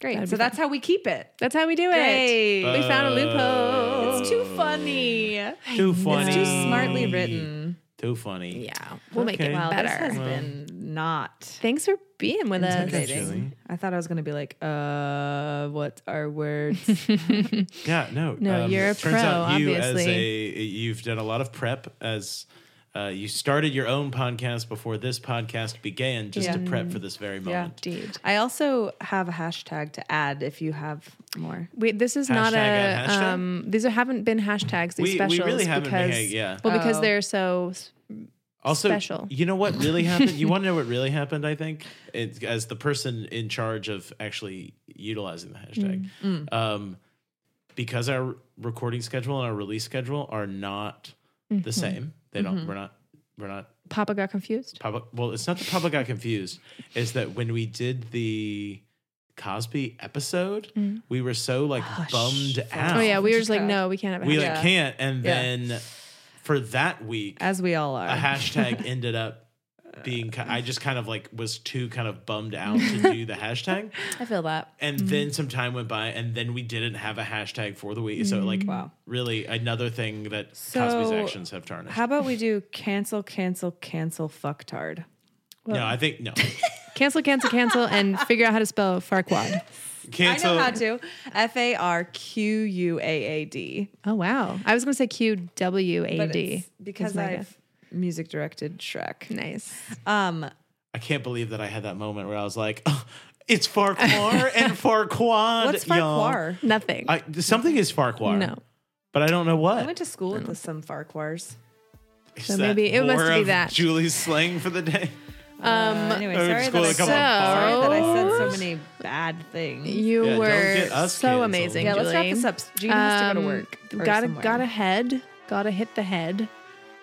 D: Great.
B: That'd
D: so
B: be
D: that's how we keep it.
B: that's how we do it.
D: Yay.
B: We found a loophole.
D: It's too funny.
C: Too funny.
D: It's too smartly written.
C: Too funny.
B: Yeah, we'll make
C: Okay.
B: it
C: Well,
D: Wow, this has
B: better.
D: been not.
B: Thanks for being with us.
C: Okay,
D: Intimidating.
C: Julie.
D: I thought I was gonna be like, uh, what are words?
C: Yeah, no. um,
B: No, you're a
C: turns out
B: pro,
C: you As
B: obviously.
C: a, you've done a lot of prep as uh, you started your own podcast before this podcast began just
D: Yeah.
C: to prep for this very moment.
B: Indeed.
D: I also have a hashtag to add if you have more.
B: We, this is not
C: Hashtag ad
B: a.
C: hashtag?
B: Um, these are, haven't been hashtags. These
C: We- we really
B: specials
C: haven't been-
B: because
C: yeah.
B: well because
D: Oh.
B: they're so
C: also
B: special.
C: you know what really happened you want to know what really happened i think it, as the person in charge of actually utilizing the hashtag
B: Mm.
C: um, because our recording schedule and our release schedule are not
B: Mm-hmm.
C: the same they don't we're not we're not
B: Papa got confused.
C: public well it's not the public got confused it's that when we did the cosby episode
D: Mm.
C: we were so like bummed out
B: Oh, yeah, we were
D: Just
B: just like,
D: cut.
B: no, we can't have. a
C: we
B: hashtag.
C: like
D: Yeah.
C: can't and
D: Yeah. Uh,
C: then for that week
D: As we all are.
C: a hashtag ended up being ki- I just kind of like was too kind of bummed out to do the hashtag
D: I feel that.
C: and then some time went by and then we didn't have a hashtag for the week so like
D: Mm, Wow.
C: really another thing that Cosby's
D: So,
C: actions have tarnished.
D: How about we do cancel, cancel, cancel, fucktard?
C: no, I think no.
B: cancel, cancel, cancel, and figure out how to spell Farquad.
C: Cancel.
D: I know how to. F A R Q U A A D.
B: Oh wow, I was gonna say Q W A
D: But
B: D
D: it's because I've music directed Shrek.
B: nice.
D: Um,
C: I can't believe that I had that moment where I was like, "Oh, it's Farquhar and Farquad.
D: what's
C: y'all."
D: Farquhar?
B: Nothing.
C: I, something is Farquhar.
B: no.
C: but I don't know what.
D: I went to school with some Farquhars.
C: Is
B: So
C: that
B: maybe it must
C: more
B: be
C: of
B: that.
C: Julie's slang for the day.
D: Um, anyway,
C: I went to
D: sorry
C: school
D: that, I,
C: with a
D: said, sorry
C: couple
D: that I said so
B: Farquhars.
D: many bad things.
B: You
C: Yeah, don't
B: were
C: get us
B: so
C: canceled.
B: amazing.
D: yeah, let's wrap
B: Julie. Um,
D: this up. Gina has to go to work. or
B: Gotta
D: somewhere.
B: gotta head. Gotta hit the head.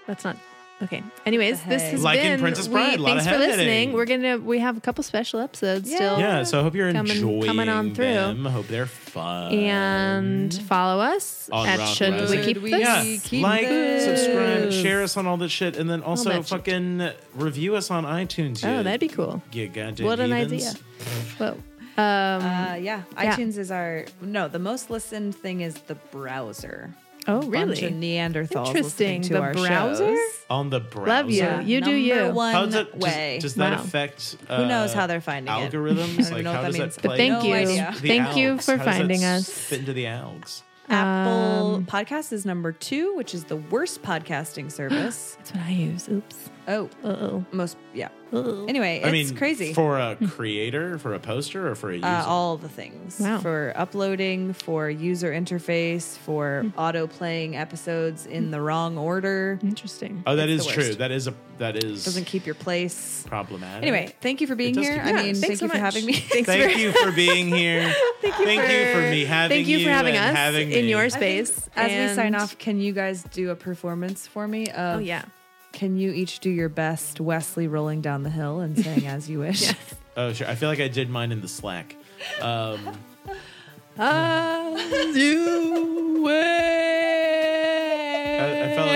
B: That's not okay. Anyways,
D: The
B: this
D: head.
B: has
C: Like in
B: been
C: Princess
B: we-
C: Bride, a lot
B: thanks
C: of
B: for
C: head
B: listening.
C: hitting.
B: We're gonna we have a couple special episodes
D: Yeah.
B: still.
C: Yeah, so I hope you're
B: Coming-
C: enjoying
B: coming on through.
C: them. I hope they're fun.
B: And follow us
C: On
B: at
C: Rock
B: Should
C: Rising.
B: We Keep
D: Mm-hmm. We
B: This?
C: yeah,
D: keep
C: like,
D: this.
C: subscribe, share us on all that shit, and then also
B: that shit.
C: fucking review us on iTunes.
B: Oh,
C: you-
B: that'd be cool.
C: You goddamn
B: What an
C: heathens.
B: idea. Whoa. Um,
D: Uh, yeah,
B: Yeah.
D: iTunes is our no. The most listened thing is the browser.
B: oh,
D: Bunch of
B: really?
D: Neanderthals listening
B: Interesting.
D: to
B: The
D: our
B: browser?
D: shows.
C: On the browser.
B: Love you.
D: Yeah.
B: You do
D: Number
B: you.
D: One
C: How does it,
D: way.
C: Does, does that
B: Wow.
C: affect uh,
D: Who knows how they're finding it?
C: algorithms?
D: I don't
C: like,
D: know what
C: how
D: that
C: does
D: means,
C: that
D: but
C: play?
B: thank
C: into
B: you.
D: idea.
C: the
B: Thank you
C: algs?
B: for
C: How does that
B: finding us.
C: Fit into the algs.
B: Um,
D: Apple Podcast is number two, which is the worst podcasting service.
B: That's what I use. Oops.
D: Oh,
B: Uh
D: most yeah.
B: oh.
D: Anyway, it's
C: I mean,
D: crazy.
C: for a creator, for a poster, or for a user.
D: uh, all the things
B: Wow.
D: for uploading, for user interface, for
B: Hmm.
D: auto playing episodes in the wrong order.
B: Interesting.
C: oh, that
D: it's
C: is
D: the
C: true.
D: worst.
C: That is a that is
D: Doesn't keep your place.
C: problematic.
D: Anyway, thank you for being
C: does
D: here.
C: keep-
D: I
C: Yeah,
D: mean,
B: thanks
D: thank
B: so
D: you for
B: much.
D: having me.
B: Thanks
C: thank
B: for-
C: you for being here.
B: Thank you,
C: Thank you for me having
B: Thank you for
C: you
B: having
C: and
B: us
C: having
B: in
C: me.
B: your
C: I
D: I think
B: space.
D: As we sign
B: and-
D: off, can you guys do a performance for me? Of,
B: Oh yeah.
D: Can you each do your best Wesley rolling down the hill and saying as you wish?
C: Oh, sure. I feel like I did mine in the Slack. Um,
B: As you wish. I,
C: I felt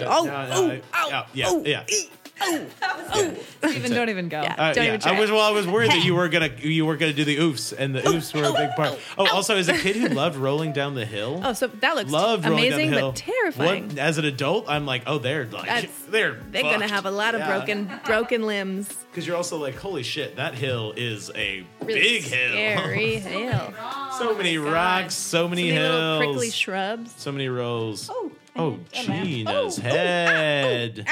C: Uh,
B: oh,
C: no, no,
B: oh,
C: I-
B: ow,
C: ow, yeah,
B: oh,
C: yeah.
B: ee.
D: even don't even go.
B: Yeah.
C: Uh,
B: Don't
C: yeah,
B: even try.
C: I was well. I was worried that you were gonna you were gonna do the oofs, and the oofs were a big part. Oh, also, as a kid who loved rolling down the hill,
B: Oh, so that looks
C: loved rolling down
B: amazing
C: the hill.
B: but terrifying.
C: What- as an adult, I'm like, oh, they're like
B: That's-
C: they're
B: They're gonna have a lot of broken broken limbs.
C: because you're also like, holy shit, that hill is a
B: Really
C: big hill.
B: scary hill.
C: so many rocks, so
B: Oh, So
C: many
B: many little
C: hills,
B: prickly shrubs.
C: so many rolls. Oh,
B: I had a laugh.
C: Gina's
B: Oh, oh, ow,
C: head.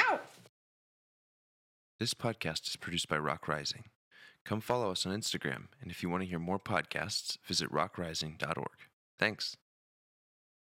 E: This podcast is produced by Rock Rising. Come follow us on Instagram, and if you want to hear more podcasts, visit rockrising.org. Thanks.